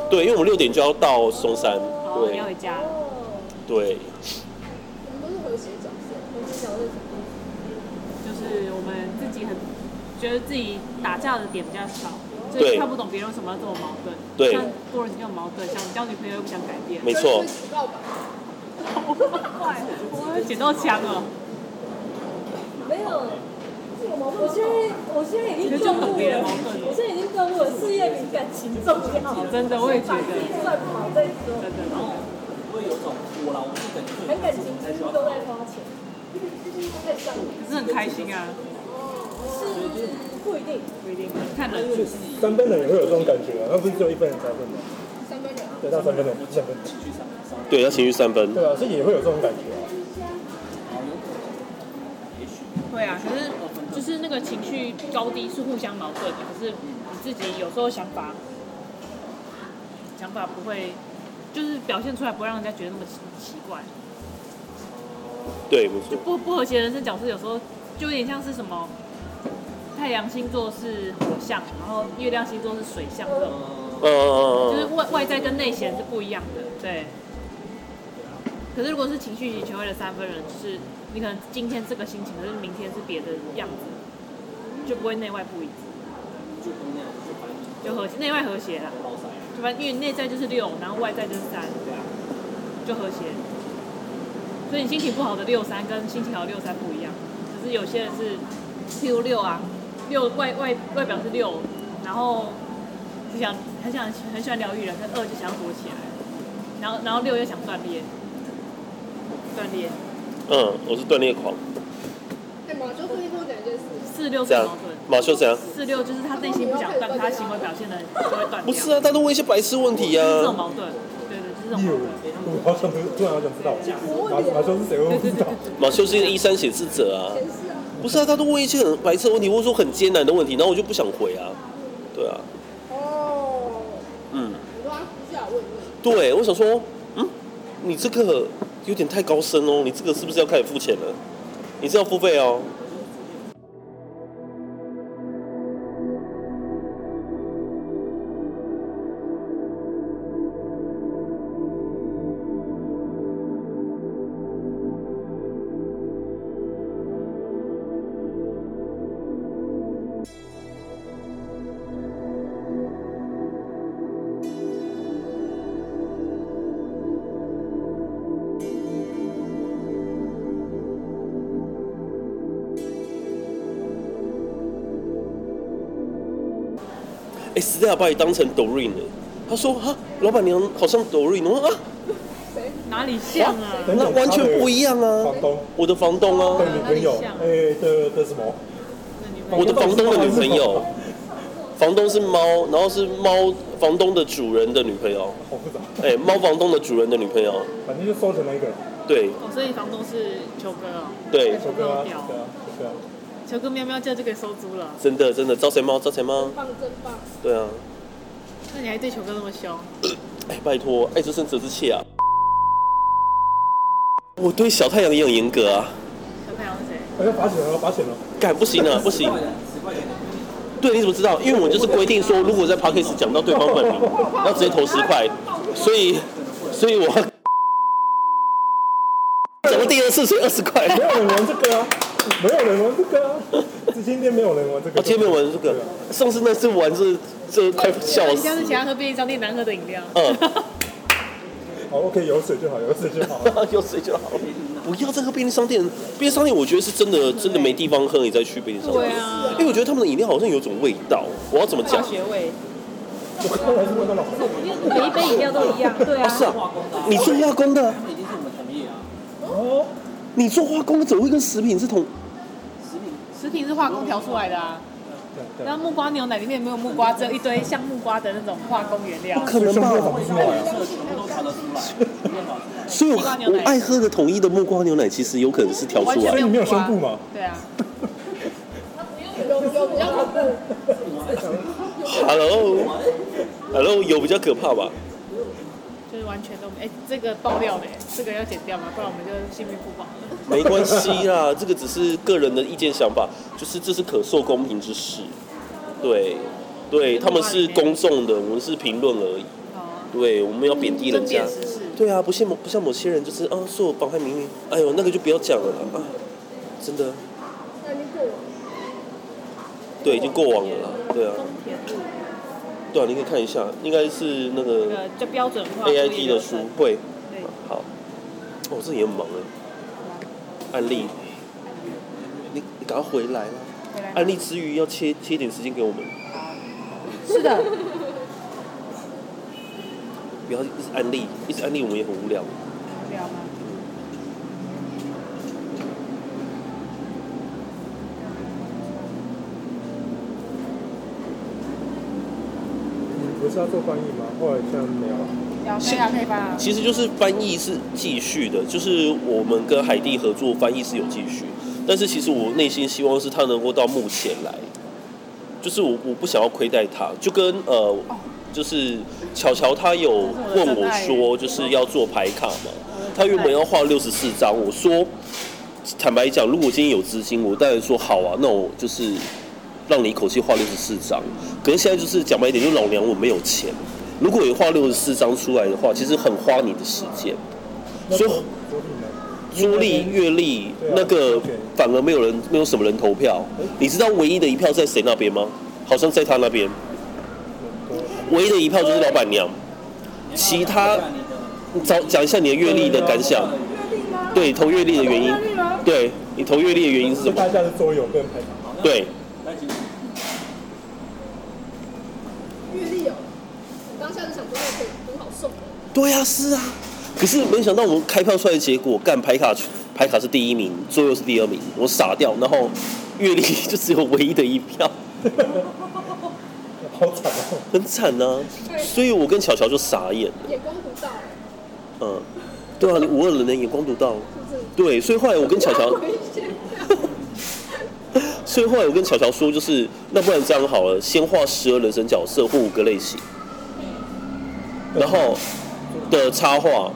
[SPEAKER 1] 对，因为我们六点就要到松山，
[SPEAKER 2] 哦，你要回家。
[SPEAKER 4] 哦
[SPEAKER 1] 对对，
[SPEAKER 4] 我们都是和谐角色，和谐角色怎么？
[SPEAKER 2] 就是我们自己很觉得自己打架的点比较少，所
[SPEAKER 1] 对
[SPEAKER 2] 以看不懂别人为什么要这么矛盾。
[SPEAKER 1] 对
[SPEAKER 2] 像多人就有矛盾，像交女朋友又不想改变。
[SPEAKER 1] 没错，
[SPEAKER 4] 告白。
[SPEAKER 2] 快， [LAUGHS] 我要捡到枪了，
[SPEAKER 8] 没有，我现在我现在已
[SPEAKER 2] 你
[SPEAKER 8] 经
[SPEAKER 2] 就
[SPEAKER 8] 顿
[SPEAKER 2] 懂
[SPEAKER 8] 悟
[SPEAKER 2] 别人
[SPEAKER 8] 了
[SPEAKER 2] 矛，盾
[SPEAKER 8] 我现在已经顿悟了，事业比感情重要。
[SPEAKER 2] 真的我也觉得
[SPEAKER 8] 把自己算好再说，
[SPEAKER 2] 真的。然后
[SPEAKER 7] 不会有种我啦，我是等最
[SPEAKER 8] 谈感情几乎都在花钱，
[SPEAKER 4] 在上面。
[SPEAKER 2] 可是很开心啊，
[SPEAKER 8] 是不一定。
[SPEAKER 2] 不一定看人。
[SPEAKER 3] 三分人也会有这种感觉啊，他不是只有一分人才会吗？
[SPEAKER 4] 三分人，
[SPEAKER 3] 对，他三分人，三分人，
[SPEAKER 1] 对，要情绪三分，
[SPEAKER 3] 对啊，所以也会有这种感觉啊。
[SPEAKER 2] 会啊，可是就是那个情绪高低是互相矛盾的，可是你自己有时候想法想法不会，就是表现出来不会让人家觉得那么奇奇怪。
[SPEAKER 1] 对，没错，
[SPEAKER 2] 不不和谐人生角色有时候就有点像是什么，太阳星座是火象，然后月亮星座是水象这种，
[SPEAKER 1] 嗯嗯
[SPEAKER 2] 就
[SPEAKER 1] 嗯
[SPEAKER 2] 是
[SPEAKER 1] 嗯，
[SPEAKER 2] 外外在跟内显是不一样的，对。可是如果是情绪型权威的三分人，就是你可能今天这个心情，可是明天是别的样子，就不会内外不一致，就和谐内外和谐啦。对吧？因为内在就是六，然后外在就是三，对啊，就和谐。所以你心情不好的六三跟心情好的六三不一样，只是有些人是，譬如六啊，六外外外表是六，然后就想很想很喜欢疗愈人，跟二就想要躲起来，然后然后六又想断裂，断裂
[SPEAKER 1] 嗯，我是锻炼狂，
[SPEAKER 4] 哎妈，就最近跟我讲一件事，
[SPEAKER 2] 四六
[SPEAKER 1] 这
[SPEAKER 2] 是
[SPEAKER 1] 样
[SPEAKER 2] 矛盾，，
[SPEAKER 1] 马修怎样？
[SPEAKER 2] 四六就是他内心不想断，可他行为表现的就会断掉，
[SPEAKER 1] 不是啊，他都问一些白痴问题
[SPEAKER 2] 就是这
[SPEAKER 1] 啊
[SPEAKER 2] 种。矛盾，对对，就是这种
[SPEAKER 3] 有
[SPEAKER 2] 矛盾。，
[SPEAKER 3] 我好想突然好想知道，马马修是谁？我不知道。
[SPEAKER 1] 马修是一个一三显示者啊，
[SPEAKER 4] 前世啊，
[SPEAKER 1] 不是啊，他都问一些很白痴的问题，或者说很艰难的问题，然后我就不想回啊，对啊，
[SPEAKER 4] 哦，
[SPEAKER 1] 嗯，
[SPEAKER 4] 你说他私下问你，
[SPEAKER 1] 对，我想说，嗯，你这个有点太高深哦，你这个是不是要开始付钱了？你是要付费哦。哎、s t e l l a 把你当成 Doreen 了。他说哈，老板娘好像 Doreen，我说啊，
[SPEAKER 2] 哪里像啊？ [LAUGHS]
[SPEAKER 3] 等
[SPEAKER 1] 那
[SPEAKER 3] 等
[SPEAKER 1] 完全不一样啊
[SPEAKER 3] 房东
[SPEAKER 1] 我的房东啊
[SPEAKER 3] 的，女朋友
[SPEAKER 2] 哪里像，
[SPEAKER 3] 哎、的的什么？
[SPEAKER 2] 那你
[SPEAKER 1] 我
[SPEAKER 2] 们
[SPEAKER 1] 的房东的女朋友，房东是猫，然后是猫房东的主人的女朋友，
[SPEAKER 3] 好复杂，
[SPEAKER 1] 哎、猫房东的主人的女朋友，
[SPEAKER 3] 反正就收成了一个人。
[SPEAKER 1] 对
[SPEAKER 2] 哦，所以房东是球哥哦，
[SPEAKER 1] 对，
[SPEAKER 3] 首歌啊，首歌啊，首歌啊，
[SPEAKER 2] 球哥喵喵叫就可以收租了。
[SPEAKER 1] 真的真的招财猫招财猫，
[SPEAKER 4] 棒真棒，
[SPEAKER 1] 对啊，
[SPEAKER 2] 那你还对球哥那么凶？
[SPEAKER 1] 哎、拜托，爱之深责之切啊。我对小太阳也很严格啊，
[SPEAKER 2] 小太阳是谁？
[SPEAKER 1] 哦
[SPEAKER 3] 哎要罚钱了，要罚钱了。
[SPEAKER 1] 干不行啊，不行。对，你怎么知道？因为我就是规定说，如果在 p a c k a g e 讲到对方本名，要直接投十块，所以，所以我讲到第二次，所以二十块。
[SPEAKER 3] 没有人玩这个啊，没有人玩这个啊，今天没有人玩这个。
[SPEAKER 1] 我前面玩这个，上次那次玩是这快笑
[SPEAKER 2] 你
[SPEAKER 1] 死
[SPEAKER 2] 下。次请他喝便利商店难喝的饮料。
[SPEAKER 1] 嗯，
[SPEAKER 2] [LAUGHS]
[SPEAKER 3] 好，OK，有水就好，有水就好。
[SPEAKER 1] [LAUGHS] 有水就好。不要再喝便利商店，便利商店我觉得是真的真的没地方喝，你再去便利商店。
[SPEAKER 2] 对啊
[SPEAKER 1] 因为我觉得他们的饮料好像有种味道，我要怎么
[SPEAKER 2] 化
[SPEAKER 1] 讲？
[SPEAKER 2] 学味，
[SPEAKER 3] 我刚才是问到老师，
[SPEAKER 8] 因为每一杯饮料都一样，对啊
[SPEAKER 1] 啊，，是啊，你做化工的，
[SPEAKER 7] 那已经是我们同业啊，
[SPEAKER 3] 哦，
[SPEAKER 1] 你做化工的怎么会跟食品是同？
[SPEAKER 7] 食品
[SPEAKER 2] 食品是化工调出来的啊。
[SPEAKER 3] 对对
[SPEAKER 2] 那木瓜牛奶里面没有木瓜，只有一堆像木瓜的那种化工原料
[SPEAKER 1] 不。可能
[SPEAKER 3] 所以胸部
[SPEAKER 1] 吧
[SPEAKER 3] 好？
[SPEAKER 7] 味道颜色全部都调得出来，没办法。
[SPEAKER 1] 所以我
[SPEAKER 2] 木瓜牛
[SPEAKER 1] 我
[SPEAKER 2] 奶
[SPEAKER 1] 爱喝的统一的木瓜牛奶，其实有可能是调出
[SPEAKER 3] 所
[SPEAKER 1] 来
[SPEAKER 3] 以。你没有胸部嘛？
[SPEAKER 2] 对啊，
[SPEAKER 4] 有有比较恐怖，
[SPEAKER 1] Hello，Hello，有比较可怕吧？
[SPEAKER 2] 就是完全都没。哎、这个爆料的，这个要剪掉吗？不然我们就性命不保了。
[SPEAKER 1] 没关系啦， [LAUGHS] 这个只是个人的意见想法，就是这是可受公平之事。对，对，他们是公众的，我们是评论而已。
[SPEAKER 2] 好啊，
[SPEAKER 1] 对，我们要贬低人家
[SPEAKER 2] 跟扁。食是
[SPEAKER 1] 对啊，不像某不像某些人，就是啊，说我妨害名誉，哎呦，那个就不要讲了啦啊，真的，
[SPEAKER 4] 那你过
[SPEAKER 1] 对，已经过往了啦，对啊，
[SPEAKER 2] 丰田路
[SPEAKER 1] 对啊，你可以看一下，应该是那
[SPEAKER 2] 那
[SPEAKER 1] 个
[SPEAKER 2] 个叫标准化
[SPEAKER 1] A I T 的书会，
[SPEAKER 2] 对，啊
[SPEAKER 1] 好，哦，这也很忙哎，案例，你你赶快回来啦。
[SPEAKER 2] 回来
[SPEAKER 1] 案例之余要切切一点时间给我们，
[SPEAKER 2] 是的，
[SPEAKER 1] 不要一直案例，一直案例我们也很无聊。
[SPEAKER 2] 无聊吗？
[SPEAKER 3] 你不是要做翻译吗？后来现在没有了。
[SPEAKER 2] 聊可以啊，可以吧？
[SPEAKER 1] 其实就是翻译是继续的，就是我们跟海地合作翻译是有继续，但是其实我内心希望是他能够到目前来，就是我我不想要亏待他，就跟呃，就是巧巧他有问哦我说就是要做牌卡嘛，他原本要画六十四张，我说坦白讲，如果今天有资金，我当然说好啊，那我就是让你一口气画六十四张，可是现在就是讲白一点，就是老娘我没有钱。如果你画六十四张出来的话，其实很花你的时间。
[SPEAKER 3] 那
[SPEAKER 1] 所以
[SPEAKER 3] 作品呢？
[SPEAKER 1] 朱莉、阅历
[SPEAKER 3] 对啊
[SPEAKER 1] 那个
[SPEAKER 3] 对
[SPEAKER 1] 反而没有人，没有什么人投票。你知道唯一的一票在谁那边吗？好像在他那边，唯一的一票
[SPEAKER 3] 哦
[SPEAKER 1] 就是老板娘。其他讲讲一下你的阅历的感想，对投阅历的原因，对你投阅历的原因是什
[SPEAKER 3] 就
[SPEAKER 1] 么
[SPEAKER 3] 大？家的桌游跟排场。
[SPEAKER 1] 对，
[SPEAKER 4] 阅历哦，我当下就想说那个很好送的，
[SPEAKER 1] 对啊，是啊。可是没想到我们开票出来的结果，干牌卡牌卡是第一名，桌游是第二名，我傻掉。然后阅历就只有唯一的一票，
[SPEAKER 3] 好惨哦！
[SPEAKER 1] 很惨啊。所以我跟巧巧就傻眼了。
[SPEAKER 4] 眼光不到，
[SPEAKER 1] 嗯，对啊，你五二人的眼光独到。
[SPEAKER 4] 是不是？
[SPEAKER 1] 对，所以后来我跟巧巧，
[SPEAKER 4] 危险，啊
[SPEAKER 1] [LAUGHS] 所以后来我跟巧巧说，就是那不然这样好了，先画十二人生角色或五个类型，然后的插画，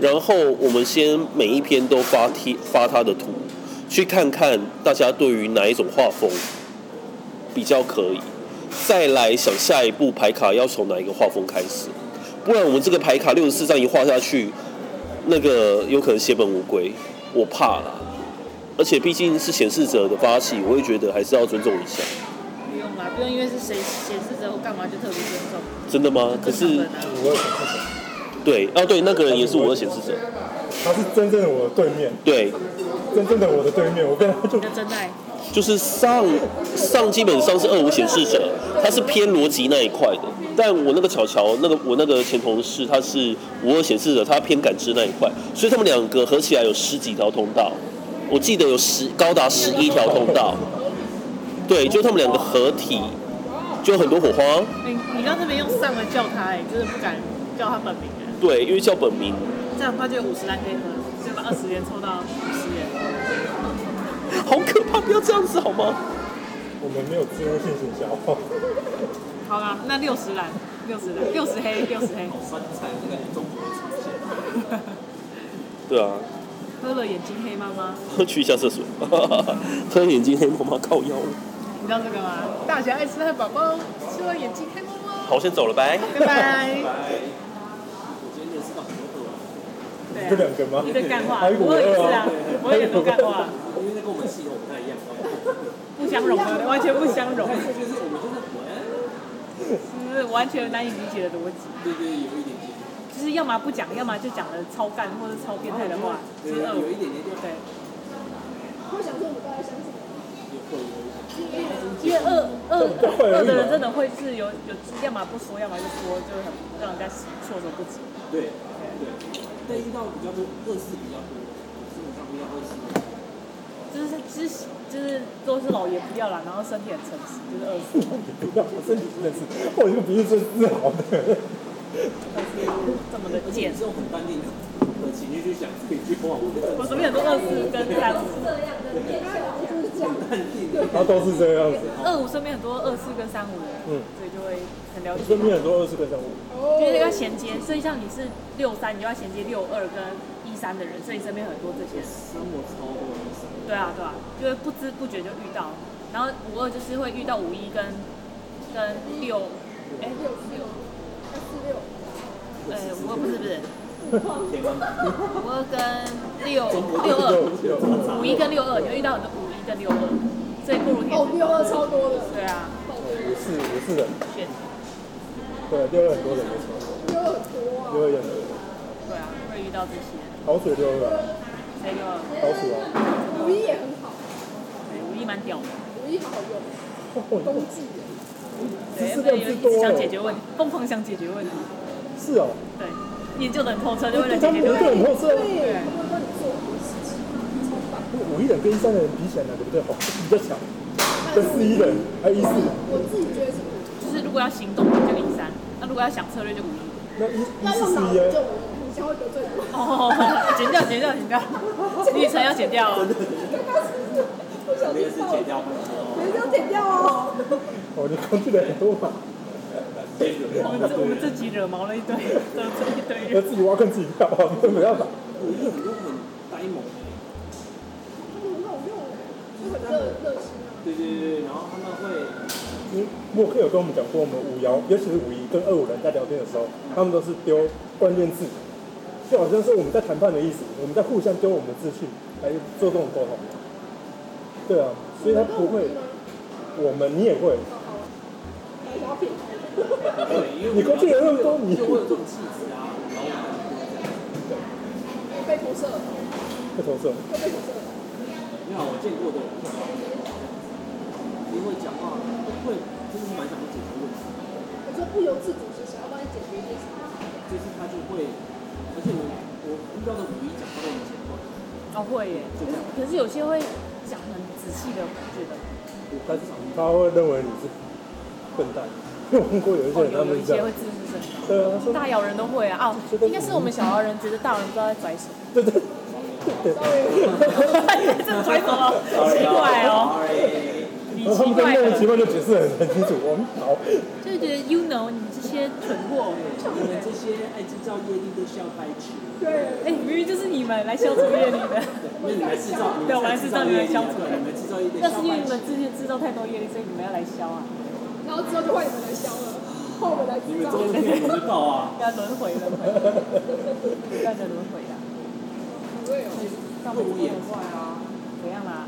[SPEAKER 1] 然后我们先每一篇都发贴发他的图，去看看大家对于哪一种画风比较可以，再来想下一步牌卡要从哪一个画风开始，不然我们这个牌卡六十四张一画下去，那个有可能血本无归，我怕啦。而且毕竟是显示者的发起，我会觉得还是要尊重一下。
[SPEAKER 2] 不用啦，不用，因为是谁显示者或干嘛就特别尊重。
[SPEAKER 1] 真的吗？可
[SPEAKER 2] 正常
[SPEAKER 1] 是
[SPEAKER 2] 人啊
[SPEAKER 3] 我有想看什么
[SPEAKER 1] 对，啊对，那个人也是我的显示者，
[SPEAKER 3] 他是真正的我的对面，
[SPEAKER 1] 对，
[SPEAKER 3] 真正的我的对面，我跟他就
[SPEAKER 2] 要真爱，
[SPEAKER 1] 就是上上基本上是二五显示者，它是偏逻辑那一块的。但我那个巧巧，那个我那个前同事，他是五二显示者，他偏感知那一块，所以他们两个合起来有十几条通道，我记得有十高达十一条通道。对，就他们两个合体，就有很多火花。
[SPEAKER 2] 你你刚这边用上来叫他、哎，就是不敢叫他本名、哎，
[SPEAKER 1] 对，因为叫本名，
[SPEAKER 2] 这样他就有五十单可以喝，就把二十元抽到五十元。
[SPEAKER 1] 好可怕！不要这样子好吗？
[SPEAKER 3] 我们没有植入性行销，
[SPEAKER 2] 啊好啦，那六十蓝，六十蓝，六十黑，六十黑，
[SPEAKER 7] 酸菜这个中国的出现。
[SPEAKER 1] 对啊， [LAUGHS]
[SPEAKER 2] 喝了眼睛黑妈妈，
[SPEAKER 1] 去一下厕所， [LAUGHS] 突然眼睛黑妈妈靠腰了。
[SPEAKER 2] 你知道这个吗？大侠爱吃汉堡包，哦吃了眼睛黑妈妈。哦
[SPEAKER 1] 好，我先走了，拜。
[SPEAKER 2] 拜拜。
[SPEAKER 7] 我今天认识到很多朋友，
[SPEAKER 1] [LAUGHS]
[SPEAKER 2] 对
[SPEAKER 3] 这
[SPEAKER 2] 啊，
[SPEAKER 3] 两个吗？
[SPEAKER 2] 你在干话，
[SPEAKER 3] 还有
[SPEAKER 2] 我也是
[SPEAKER 3] 啊，
[SPEAKER 2] 啊我也都干话，
[SPEAKER 7] 因为那跟我们系统不太一样。
[SPEAKER 2] 不相容啊，完全不相容，
[SPEAKER 7] 但是就是我们就是我，
[SPEAKER 2] 就是完全难以理解的逻辑，
[SPEAKER 7] 对对，有一点点，
[SPEAKER 2] 就是要么不讲，要么就讲的超干或者超变态的话，就
[SPEAKER 7] 对，
[SPEAKER 2] 是二五
[SPEAKER 7] 有一点点就
[SPEAKER 2] 对。
[SPEAKER 8] 会想说我们到底相信什么？
[SPEAKER 2] 因为二二
[SPEAKER 3] 这么快而已嘛
[SPEAKER 2] 二的人真的会是有有，要么不说，要么就说，就是很让人家措手不及。
[SPEAKER 7] 对对。但遇到比较多，认识比较多，基本上遇到认识，
[SPEAKER 2] 就是就是就是都是老爷不要啦，然后身体很诚实，就是二十。
[SPEAKER 3] 不要，身体不认识，我这个不是最自豪的。
[SPEAKER 2] 但是这么的
[SPEAKER 7] 而且
[SPEAKER 2] 贱
[SPEAKER 7] 你是。用很淡定的情绪去想这一句话，我觉得
[SPEAKER 2] 我身边很多二四跟三五，
[SPEAKER 3] 他都是这样子，
[SPEAKER 2] 二五身边很多二四跟三五的，
[SPEAKER 3] 嗯
[SPEAKER 2] 所以就会很了解
[SPEAKER 3] 身，边很多二十个人物，
[SPEAKER 2] 因为要衔接，所以像你是六三，你就要衔接六二跟一三的人，所以你身边很多这些人。
[SPEAKER 7] 生活超多人生，
[SPEAKER 2] 对啊，对啊，就会不知不觉就遇到，然后五二就是会遇到五一跟跟六，哎、
[SPEAKER 4] 六四六，二四六，
[SPEAKER 2] 呃，五二不是不是，
[SPEAKER 7] 天啊，
[SPEAKER 2] 五二跟六六二，五一跟六二，你会遇到很多五一跟六二，所以不如天
[SPEAKER 4] 哦，
[SPEAKER 2] 之
[SPEAKER 4] 六二超多的，
[SPEAKER 2] 对啊，
[SPEAKER 3] 也是也是人，
[SPEAKER 2] 选
[SPEAKER 3] 对，六二很多人没错，
[SPEAKER 4] 六二很多啊。
[SPEAKER 3] 六二也很多人，
[SPEAKER 2] 对啊，会遇到这些，
[SPEAKER 3] 好水六二啊，
[SPEAKER 2] 所以六二，
[SPEAKER 3] 老鼠啊，
[SPEAKER 4] 五一也很好，
[SPEAKER 2] 对五一蛮屌的，
[SPEAKER 4] 五一好好用，
[SPEAKER 2] 哦
[SPEAKER 4] 冬季耶。
[SPEAKER 2] 对，
[SPEAKER 3] 是
[SPEAKER 2] 因
[SPEAKER 3] 这样
[SPEAKER 2] 为
[SPEAKER 3] 子
[SPEAKER 2] 有一
[SPEAKER 3] 多
[SPEAKER 2] 直
[SPEAKER 3] 哦
[SPEAKER 2] 想解决问题，疯狂想解决问题，
[SPEAKER 3] 是哦，
[SPEAKER 2] 对，研究的很透
[SPEAKER 4] 哎
[SPEAKER 2] 彻，就为了
[SPEAKER 3] 他
[SPEAKER 2] 解
[SPEAKER 3] 们
[SPEAKER 2] 决
[SPEAKER 3] 都
[SPEAKER 2] 问题。
[SPEAKER 3] 很好色啊，
[SPEAKER 4] 对，他们帮你做很多事情，超棒。
[SPEAKER 3] 五一人跟一三的人比起来，哪个比较好？哦比较强？跟四一人还有一四，
[SPEAKER 4] 我自己觉得是，
[SPEAKER 2] 就是如果要行动就一三，那如果要想策略就五一。
[SPEAKER 3] 那一一
[SPEAKER 4] 要
[SPEAKER 3] 四
[SPEAKER 4] 用
[SPEAKER 3] 四
[SPEAKER 4] 脑
[SPEAKER 3] 一
[SPEAKER 4] 子就
[SPEAKER 3] 啊，
[SPEAKER 4] 我互相会得罪我。
[SPEAKER 2] 哦， [LAUGHS] 剪掉，剪掉，剪掉，李宇晨要剪 [LAUGHS] 掉哦。
[SPEAKER 4] 不小
[SPEAKER 7] 那
[SPEAKER 4] 心
[SPEAKER 7] 个是
[SPEAKER 4] 爆
[SPEAKER 7] 剪
[SPEAKER 4] 了，
[SPEAKER 7] 掉很多，
[SPEAKER 4] 没有剪掉哦。
[SPEAKER 3] 哦，你控制的很多嘛，
[SPEAKER 2] 我们自我们自己惹毛了一堆，得罪一堆
[SPEAKER 3] 要
[SPEAKER 2] 人。
[SPEAKER 3] 自己挖坑自己跳，真没办法，
[SPEAKER 7] 五一很多很呆萌的，
[SPEAKER 4] 他们很好用，就很热热心啊。
[SPEAKER 7] 对对对，然后他们会
[SPEAKER 3] 因为默克有跟我们讲过，我们五爻，尤其是五一跟二五人在聊天的时候，他们都是丢关键字，就好像是我们在谈判的意思，我们在互相丢我们的资讯来做这种沟通。对啊，所以他不会，我们你也会，
[SPEAKER 7] 对，因为
[SPEAKER 3] 你过去有那么多，你
[SPEAKER 7] 就会有这种气质啊，然后我们就会这样。
[SPEAKER 4] 我被投射了，
[SPEAKER 3] 会投射，
[SPEAKER 4] 又被投射了。
[SPEAKER 7] 你好，我见过的人，因为讲话会就是蛮想解决问题，
[SPEAKER 4] 我就不由自主的想要帮你解决一件事情。
[SPEAKER 7] 就是他就会，而且我我遇到的五一讲话都很简短，
[SPEAKER 2] 哦，会耶，
[SPEAKER 7] 就这样，
[SPEAKER 2] 可是有些会讲很仔细的，我觉得。
[SPEAKER 3] 他他会认为你是笨蛋。因为我问过有一些
[SPEAKER 2] 哦，
[SPEAKER 3] 人，他
[SPEAKER 2] 有有一
[SPEAKER 3] 们是这
[SPEAKER 2] 些
[SPEAKER 3] 样
[SPEAKER 2] 会，自视甚高。
[SPEAKER 3] 对啊，他说
[SPEAKER 2] 大姚人都会啊，哦，应该是我们小姚人觉得大姚人不知道在拽什么，
[SPEAKER 3] 对对哎对对，[LAUGHS]
[SPEAKER 2] [LAUGHS] 这拽什么？奇怪哦，你
[SPEAKER 3] 然后他
[SPEAKER 2] 奇
[SPEAKER 3] 们在
[SPEAKER 2] 怪
[SPEAKER 3] 莫名其妙
[SPEAKER 2] 了，
[SPEAKER 3] 就解释得很很清楚，我们好，
[SPEAKER 2] 就是觉得 you know 你这些蠢货，
[SPEAKER 7] 你们这些爱制造业力的小白痴，
[SPEAKER 2] 哎，明明就是你们来消除业力的，
[SPEAKER 7] 那你们制造，你们你们制造业力
[SPEAKER 2] 那
[SPEAKER 7] 的
[SPEAKER 2] 是
[SPEAKER 7] 小
[SPEAKER 2] 因为你们
[SPEAKER 7] 白痴，
[SPEAKER 2] 之前制造太多业力，所以你们要来消啊。
[SPEAKER 4] 然后之后就换你们来消了，换我们来
[SPEAKER 7] 你
[SPEAKER 4] 制
[SPEAKER 7] 们
[SPEAKER 4] 造。
[SPEAKER 7] 终于可以知道啊，
[SPEAKER 2] 要轮回轮回，要着轮回的。啊
[SPEAKER 4] 对哦，
[SPEAKER 2] 上辈子也怪啊，怎样啦？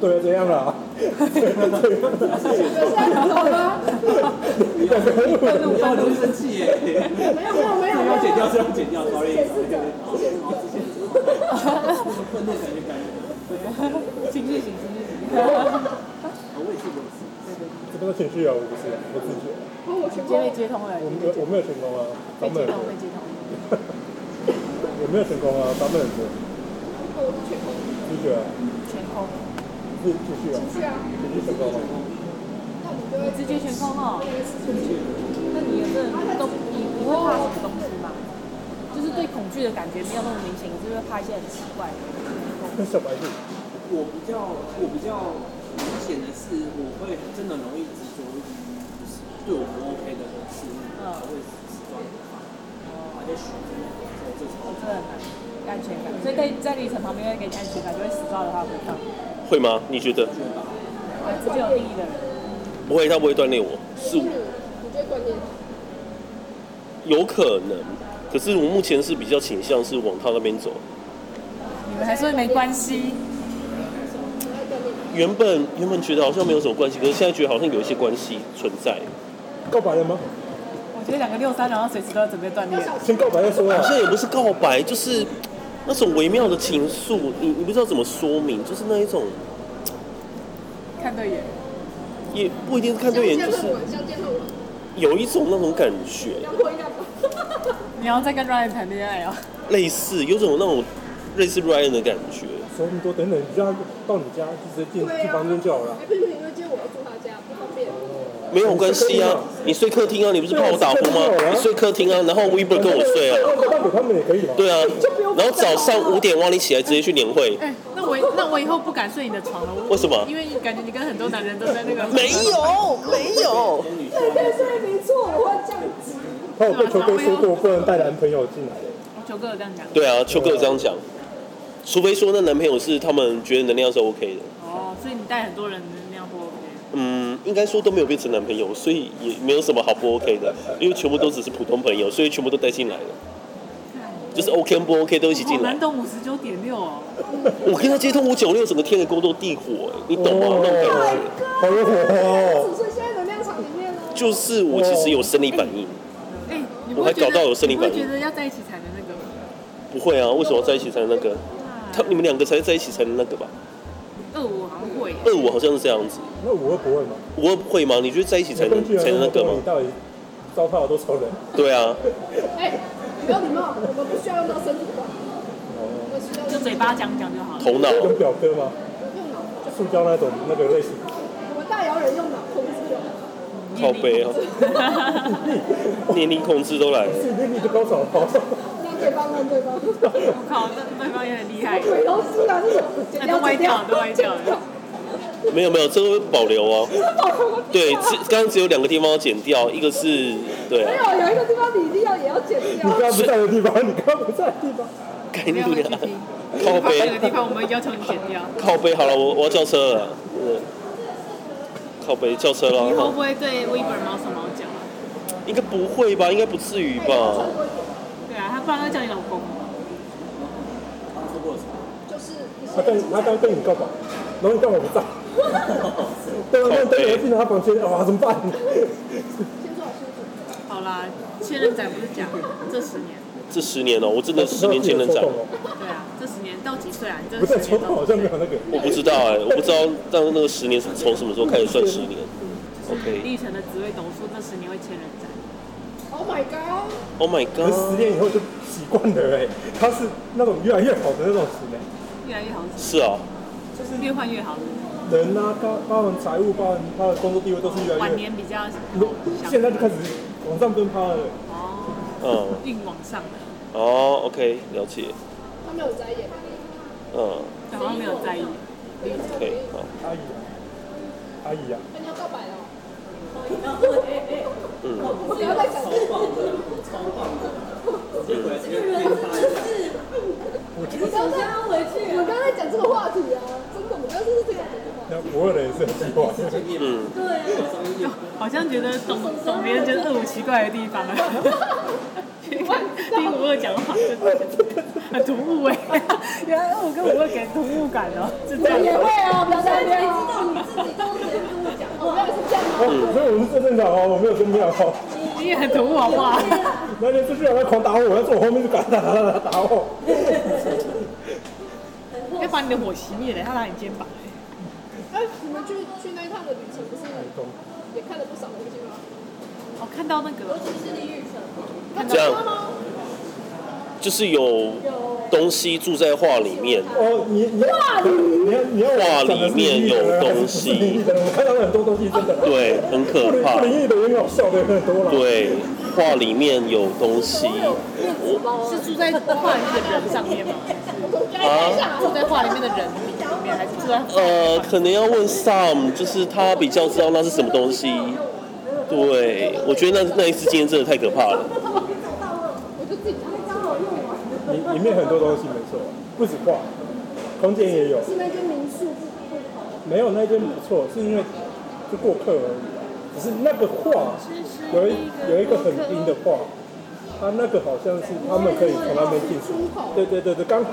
[SPEAKER 3] 对啊，这样啦，
[SPEAKER 4] 你们现在知道
[SPEAKER 2] 啊
[SPEAKER 4] 吗？
[SPEAKER 7] 不要容易生气耶，
[SPEAKER 4] 没有没有没有
[SPEAKER 7] 要剪
[SPEAKER 4] 没有，
[SPEAKER 7] 掉就要剪掉，sorry，愤怒感就感觉。
[SPEAKER 2] 情绪型，情绪型。
[SPEAKER 3] 这个情绪有不是不自觉，
[SPEAKER 4] 哦，我全
[SPEAKER 2] 接
[SPEAKER 4] 部
[SPEAKER 2] 被接通了，
[SPEAKER 3] 我没有我没有成功啊，
[SPEAKER 2] 被
[SPEAKER 3] 咱们
[SPEAKER 2] 接通，被接通。
[SPEAKER 3] 我没有成功啊，咱们很多
[SPEAKER 4] 哦，我全部
[SPEAKER 3] 自觉啊，
[SPEAKER 2] 全空，
[SPEAKER 3] 是继续啊，
[SPEAKER 4] 是啊，
[SPEAKER 3] 继续成功啊，
[SPEAKER 4] 那我们就会
[SPEAKER 2] 直接全空哦。
[SPEAKER 4] 那个事情去。
[SPEAKER 2] 那你有这都你不会怕什么东西吗？就是对恐惧的感觉没有那么明显，你是会怕一些很奇怪的东西。
[SPEAKER 3] 跟小白兔，
[SPEAKER 7] 我比较我比较明显的是，我会真的容易执着于就是对我不 OK 的事物，
[SPEAKER 2] 嗯
[SPEAKER 7] 才会始终而且选择走这条
[SPEAKER 2] 我真的很难安全感，所以在在旅程旁边会给你安全感，就会死抓着他不放。
[SPEAKER 1] 会吗？你觉得？
[SPEAKER 7] 路吧。
[SPEAKER 2] 自己有定义的人，
[SPEAKER 1] 不会，他不会锻炼我，是我
[SPEAKER 4] 我觉得关键
[SPEAKER 1] 有可能。可是我目前是比较倾向是往他那边走。
[SPEAKER 2] 你们还说没关系，
[SPEAKER 1] 原本原本觉得好像没有什么关系，可是现在觉得好像有一些关系存在，
[SPEAKER 3] 告白了吗？
[SPEAKER 2] 我觉得两个六三，然后随时都要准备锻炼。
[SPEAKER 3] 先告白再说啊
[SPEAKER 1] 好，像也不是告白，就是那种微妙的情愫，你你不知道怎么说明，就是那一种
[SPEAKER 2] 看对眼，
[SPEAKER 1] 也不一定是看对眼，
[SPEAKER 4] 相
[SPEAKER 1] 就
[SPEAKER 4] 见
[SPEAKER 1] 是
[SPEAKER 4] 恨晚，相见恨晚，
[SPEAKER 1] 有一种那种感觉，
[SPEAKER 4] 相会要不？
[SPEAKER 2] 你要再跟 Ryan 谈恋爱哦。
[SPEAKER 1] 类似有种那种类似 Ryan 的感觉，
[SPEAKER 3] 说那么多，等等，你让他到你家就直接进
[SPEAKER 4] 对
[SPEAKER 3] 去
[SPEAKER 4] 啊
[SPEAKER 3] 房间就好了
[SPEAKER 4] 哎，。不行不行，因为今天我要住他家，不方便。
[SPEAKER 1] 没有关系啊，你睡客厅啊，你不是怕我打呼吗？你睡客厅啊，然后 Weber 跟我睡啊，
[SPEAKER 3] 告给他们也可以嘛。
[SPEAKER 1] 对啊，然后早上五点哇，你起来直接去年会，
[SPEAKER 2] 哎、 [LAUGHS] 那我那我以后不敢睡你的床了。
[SPEAKER 1] 为什么
[SPEAKER 2] 因为感觉你跟很多男人都在那个
[SPEAKER 1] 没有没有，
[SPEAKER 8] 对对对，没错，我会这样子。
[SPEAKER 3] 他有被球哥说过不能带男朋友进来，
[SPEAKER 2] 球哥有这样讲。
[SPEAKER 1] 对啊，秋哥有这样讲，除非说那男朋友是他们觉得能量是 OK 的，
[SPEAKER 2] 哦，所以你带很多人那样不 OK。
[SPEAKER 1] 嗯，应该说都没有变成男朋友，所以也没有什么好不 OK 的，因为全部都只是普通朋友，所以全部都带进来了，就是 OK 不 OK 都一起
[SPEAKER 2] 好
[SPEAKER 1] 进来
[SPEAKER 2] 难。懂五十九点六哦，
[SPEAKER 1] 我跟他接通五九六，整个天雷勾动地火、你懂吗？那种感觉，
[SPEAKER 3] 好有火花哦！
[SPEAKER 4] 所以现在能量场里面呢，
[SPEAKER 1] 就是我其实有生理反应，
[SPEAKER 2] 哎、你不
[SPEAKER 1] 我
[SPEAKER 2] 会
[SPEAKER 1] 还
[SPEAKER 2] 觉得
[SPEAKER 1] 搞到有生理反应
[SPEAKER 2] 你不会觉得要在一起才能那个吗？
[SPEAKER 1] 不会啊，为什么要在一起才能那个？他你们两个才在一起才能那个吧？
[SPEAKER 2] 二五好像会耶，
[SPEAKER 1] 二五好像是这样子，
[SPEAKER 3] 那我会不会嘛？
[SPEAKER 1] 我会吗？你觉得在一起才能
[SPEAKER 3] 根据
[SPEAKER 1] 才能那个吗
[SPEAKER 3] 你？到底糟蹋了多少人？
[SPEAKER 1] 对啊，
[SPEAKER 4] 哎，没有礼貌，我们不需要用到身体吧？我们需要
[SPEAKER 2] 就嘴巴讲讲就好了。
[SPEAKER 1] 头脑
[SPEAKER 3] 用表哥吗？
[SPEAKER 4] 用脑，
[SPEAKER 3] 塑胶那种那个类型，
[SPEAKER 4] 我们大姚人用脑，我们是用脑。
[SPEAKER 1] 靠背啊，年龄控制都来了。
[SPEAKER 3] 这你的高手哦。
[SPEAKER 4] 让对方让对方，
[SPEAKER 2] 我靠，那对方也很厉害，
[SPEAKER 4] 鬼头丝啊，这种剪
[SPEAKER 2] 那都
[SPEAKER 4] 掉
[SPEAKER 2] 歪
[SPEAKER 4] 剪
[SPEAKER 2] 掉
[SPEAKER 4] 掉
[SPEAKER 2] 了，，都歪掉了。
[SPEAKER 1] 没有没有，这个会保留啊。对，只刚刚只有两个地方要剪掉，一个是对
[SPEAKER 4] 没
[SPEAKER 1] 啊，
[SPEAKER 4] 有有一个地方你一定要也要剪
[SPEAKER 3] 你
[SPEAKER 4] 掉。
[SPEAKER 3] 刚刚不在的地方，你刚刚不在的地方，
[SPEAKER 1] 概
[SPEAKER 2] 不
[SPEAKER 1] 念
[SPEAKER 2] 要回去
[SPEAKER 1] 啊，
[SPEAKER 2] 听。
[SPEAKER 1] 靠
[SPEAKER 2] 放这个
[SPEAKER 1] 背
[SPEAKER 2] 地方我们要求你剪掉。
[SPEAKER 1] 靠背好了，我我要叫车了，嗯靠背叫车
[SPEAKER 2] 你以后会不
[SPEAKER 1] 了，啊
[SPEAKER 2] 会对 Weber 毛手毛脚啊？
[SPEAKER 1] 应该不会吧？应该不至于吧？
[SPEAKER 2] 对啊，他不然会叫你老公吗？
[SPEAKER 3] 他跟他刚跟你告白，然后你干嘛不在？对啊，那等你进到他房间，哇，怎么办？
[SPEAKER 2] 好啦，千人斩不是假的，这十年。
[SPEAKER 1] 这十年哦、我真的十年前能展，
[SPEAKER 2] 对啊，这十年到几岁啊？你这
[SPEAKER 3] 不
[SPEAKER 2] 十
[SPEAKER 3] 在
[SPEAKER 2] 年
[SPEAKER 3] 抽
[SPEAKER 2] 都
[SPEAKER 3] 动好像没有那个。
[SPEAKER 1] 我不知道哎、我不知道到那个十年是从什么时候开始算十年。OK，Oh
[SPEAKER 2] 历程的紫微斗数，这十年会千人斩。
[SPEAKER 4] Oh my god！
[SPEAKER 1] my
[SPEAKER 3] 可能十
[SPEAKER 1] god，
[SPEAKER 3] 年以后就习惯了哎，他是那种越来越好的那种十年。
[SPEAKER 2] 越来越好，
[SPEAKER 1] 是啊，
[SPEAKER 2] 就是越换越好。
[SPEAKER 3] 人啊，包包含财务，包含他的工作地位都是越来
[SPEAKER 2] 晚
[SPEAKER 3] 越，
[SPEAKER 2] 年比较想
[SPEAKER 3] 现在就开始往上奔趴了。
[SPEAKER 2] 哦，
[SPEAKER 1] 嗯，
[SPEAKER 2] 运往上的，
[SPEAKER 1] 哦，OK，了解，
[SPEAKER 4] 他没有摘眼，
[SPEAKER 1] 嗯
[SPEAKER 2] 对好像没有在意。
[SPEAKER 1] ，OK，好，
[SPEAKER 3] 阿姨啊，阿姨啊，
[SPEAKER 4] 那你要告白了。
[SPEAKER 1] 嗯。
[SPEAKER 4] 不要再讲这个，
[SPEAKER 3] 我觉得
[SPEAKER 4] 你刚才回去，我刚才讲这个话题啊，真的，我刚才是这样讲的话。
[SPEAKER 3] 那不会的人是很奇怪。
[SPEAKER 1] 嗯，
[SPEAKER 2] 好像觉得懂懂别人觉得二五奇怪的地方啊。听五二讲话，真的很突兀哎、原来二五跟五二给人突兀感哦、是这
[SPEAKER 4] 也
[SPEAKER 2] 样。
[SPEAKER 4] 会啊，不要再这样啊。
[SPEAKER 8] 你自己都直接跟我讲，
[SPEAKER 4] 我刚才是这样吗？
[SPEAKER 3] 哦，所以我是最正常哦，我没有跟你好。
[SPEAKER 2] 你也很突兀好不好？
[SPEAKER 3] 那天出去他狂打我，他坐我后面就打打打打打打我。
[SPEAKER 2] 要哎把你的火熄灭了，他打你肩膀、
[SPEAKER 4] 哎，你们去去那一趟的旅程不是有
[SPEAKER 2] 哦看到那个
[SPEAKER 4] 尤其是李宇春，
[SPEAKER 2] 看到
[SPEAKER 1] 这样就是有
[SPEAKER 4] 有
[SPEAKER 1] 东西住在画里面，
[SPEAKER 3] 哦，你你要你要你要
[SPEAKER 1] 画
[SPEAKER 3] 讲的
[SPEAKER 1] 里
[SPEAKER 3] 是
[SPEAKER 1] 面
[SPEAKER 3] 灵异的
[SPEAKER 1] 有
[SPEAKER 3] 人还
[SPEAKER 1] 东
[SPEAKER 3] 是
[SPEAKER 1] 西
[SPEAKER 3] 不是灵异的人我看到了很多东西，真的。
[SPEAKER 1] 对，很
[SPEAKER 3] 不
[SPEAKER 1] 可
[SPEAKER 3] 灵
[SPEAKER 1] 怕
[SPEAKER 3] 不。灵异的人有笑的也很多了。
[SPEAKER 1] 对，画里面有东西
[SPEAKER 4] 面子包啊
[SPEAKER 2] 是住在画里面的人上面吗？
[SPEAKER 1] 啊，
[SPEAKER 2] 住在画里面的人里面，还是住在
[SPEAKER 1] 呃，可能要问 Sam，就是他比较知道那是什么东西。对，我觉得那那一次经验真的太可怕了。
[SPEAKER 3] 里里面很多东西没错，不止画，空间也有。
[SPEAKER 4] 是那间民宿不不好，
[SPEAKER 3] 没有那间不错，是因为就过客而已，只是那个画有一有一个很阴的画，它那个好像是他们可以从那边进出。对对对对，刚好。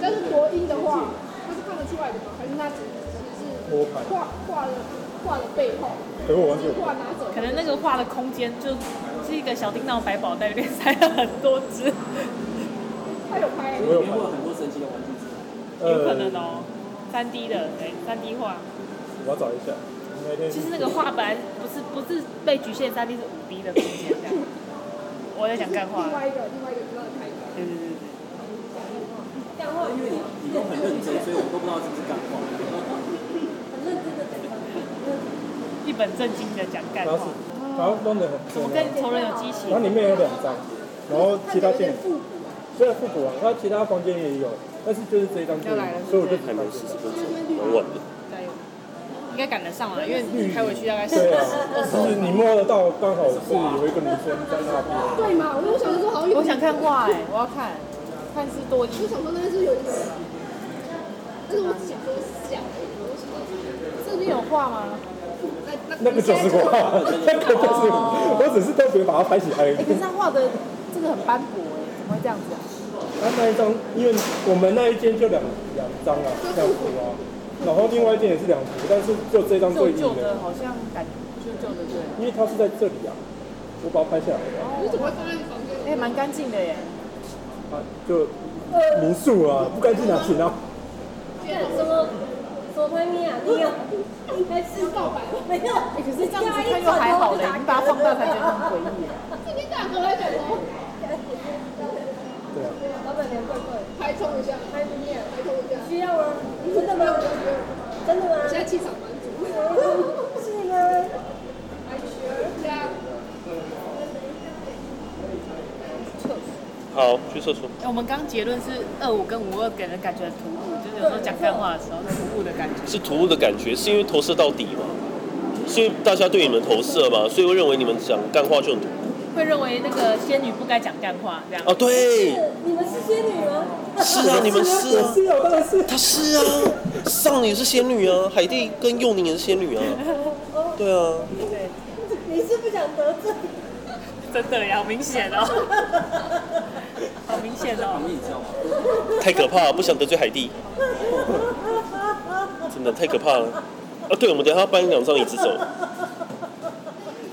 [SPEAKER 8] 但是国音的话，那是看得出来的吗？还是他只只是画画了画了背后，
[SPEAKER 3] 可是我忘记
[SPEAKER 8] 只
[SPEAKER 3] 我
[SPEAKER 8] 是画拿走？
[SPEAKER 2] 可能那个画的空间就是一个小叮当百宝袋，里面塞了很多只，
[SPEAKER 8] 他有拍，
[SPEAKER 3] 我有
[SPEAKER 7] 里面会有很多神奇的玩具之类的。
[SPEAKER 3] 呃
[SPEAKER 2] 有可能哦。三 D 的，对，三 D 画。
[SPEAKER 3] 我要找一下。那天
[SPEAKER 2] 其实那个画本来不是不是被局限三 D 是五 D 的空间这样。我在讲干话
[SPEAKER 8] 另。外一个另外一个不知道拍的。
[SPEAKER 2] 对对对对。
[SPEAKER 7] 因为你你都很认真，所以我都不知道是不是干话。
[SPEAKER 4] 很认真的在看。
[SPEAKER 2] 一本正经的讲干
[SPEAKER 3] 然后
[SPEAKER 2] 话
[SPEAKER 3] 是。，然后弄得很
[SPEAKER 2] 怎么跟仇人有激情
[SPEAKER 3] 然？后里面有两张，然后其他店
[SPEAKER 8] 复古，
[SPEAKER 3] 虽然复古啊，然后其他房间也有，但是就是这一张店
[SPEAKER 2] 要来了，
[SPEAKER 3] 所以我就
[SPEAKER 1] 还没四十分钟，蛮晚的。
[SPEAKER 2] 加油！应该赶得上了，因为你开回去大概是
[SPEAKER 3] 对啊，就是你摸得到，刚好是有一个女生在那边。
[SPEAKER 8] 对嘛？我就想说好有，
[SPEAKER 2] 我想看画哎、我要看，看是多一
[SPEAKER 8] 我就想说那边是有一个，但是我只想说想而已，我想
[SPEAKER 2] 这边有画吗？
[SPEAKER 8] 那
[SPEAKER 3] 那个就是我，那个就是我，我只是特别把它拍起来而已。
[SPEAKER 2] 哎、可是他画的这个很斑驳哎、怎么会这样子啊？
[SPEAKER 3] 那那一张，因为我们那一间就两两张啊，两幅啊，然后另外一间也是两幅，但是就这张最
[SPEAKER 2] 旧
[SPEAKER 3] 硬
[SPEAKER 2] 旧
[SPEAKER 3] 的
[SPEAKER 2] 的，，好像感旧旧的对，
[SPEAKER 3] 因为它是在这里啊，我把它拍下来了，
[SPEAKER 8] 你怎么会放在房间？
[SPEAKER 2] 哎、蛮干净的耶。
[SPEAKER 3] 啊，就民宿啊，不干净哪行啊？
[SPEAKER 4] 干什么什么拍面啊？你有应该是盗版，没有。
[SPEAKER 2] 哎、可是这样子看又还好嘞，你把它放大才觉得很诡异耶。
[SPEAKER 8] 这边大哥来讲说，
[SPEAKER 3] 对啊， [LAUGHS]
[SPEAKER 4] 老板娘怪怪的，
[SPEAKER 8] 拍冲一下，拍一面，拍冲一下。
[SPEAKER 4] 需要吗？真的吗？真的
[SPEAKER 8] 现在
[SPEAKER 4] 吗？
[SPEAKER 8] 气场蛮足，
[SPEAKER 4] 是你们。
[SPEAKER 8] 还学这样。
[SPEAKER 1] 好，去厕所。
[SPEAKER 2] 哎我们刚刚结论是二五跟五二给人感觉很突兀，就是有时候讲干话的时候突兀的感觉。
[SPEAKER 1] 是突兀的感觉，是因为投射到底嘛？所以大家对你们投射嘛，所以会认为你们讲干话就很突兀
[SPEAKER 2] 会认为那个仙女不该讲干话这样。
[SPEAKER 1] 啊。对，
[SPEAKER 4] 是你们是仙女吗？
[SPEAKER 1] 是啊，你们是
[SPEAKER 3] 我
[SPEAKER 1] 啊，
[SPEAKER 3] 是啊，当然是。
[SPEAKER 1] 她是啊，上也是仙女啊，海蒂跟幼宁也是仙女啊。对啊，
[SPEAKER 4] 你是不想得罪？
[SPEAKER 2] 真的呀，好明显 [LAUGHS] 哦，好明显
[SPEAKER 7] 旁
[SPEAKER 2] 哦。
[SPEAKER 7] 边你知道吗？
[SPEAKER 1] 太可怕了，不想得罪海蒂，真的太可怕了。啊，对，我们等一下要搬两张椅子走。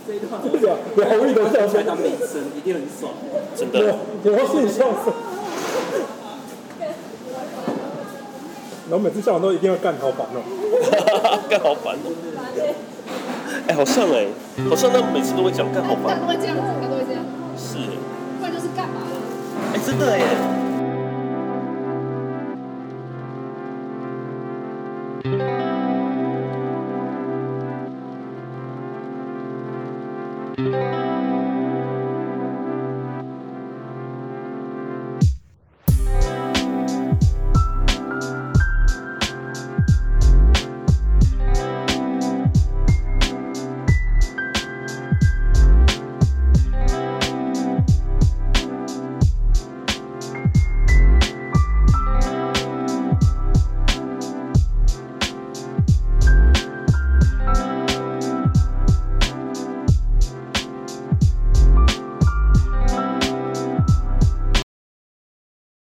[SPEAKER 7] 这一段我
[SPEAKER 3] 对啊，有好意的笑
[SPEAKER 7] 拍
[SPEAKER 3] 声，
[SPEAKER 7] 到美声，一定很爽。
[SPEAKER 1] 真
[SPEAKER 3] 对
[SPEAKER 1] 的
[SPEAKER 3] 啊，，有好心笑声。然后每次笑完都一定要干好烦哦，
[SPEAKER 1] 干好烦哦、哎、好像哎、好像他每次都会讲干好
[SPEAKER 8] 他
[SPEAKER 1] 烦，
[SPEAKER 8] 都会这样子，他都会这样，
[SPEAKER 1] 是哎、
[SPEAKER 8] 不然就是干嘛呢？
[SPEAKER 1] 哎、真的哎、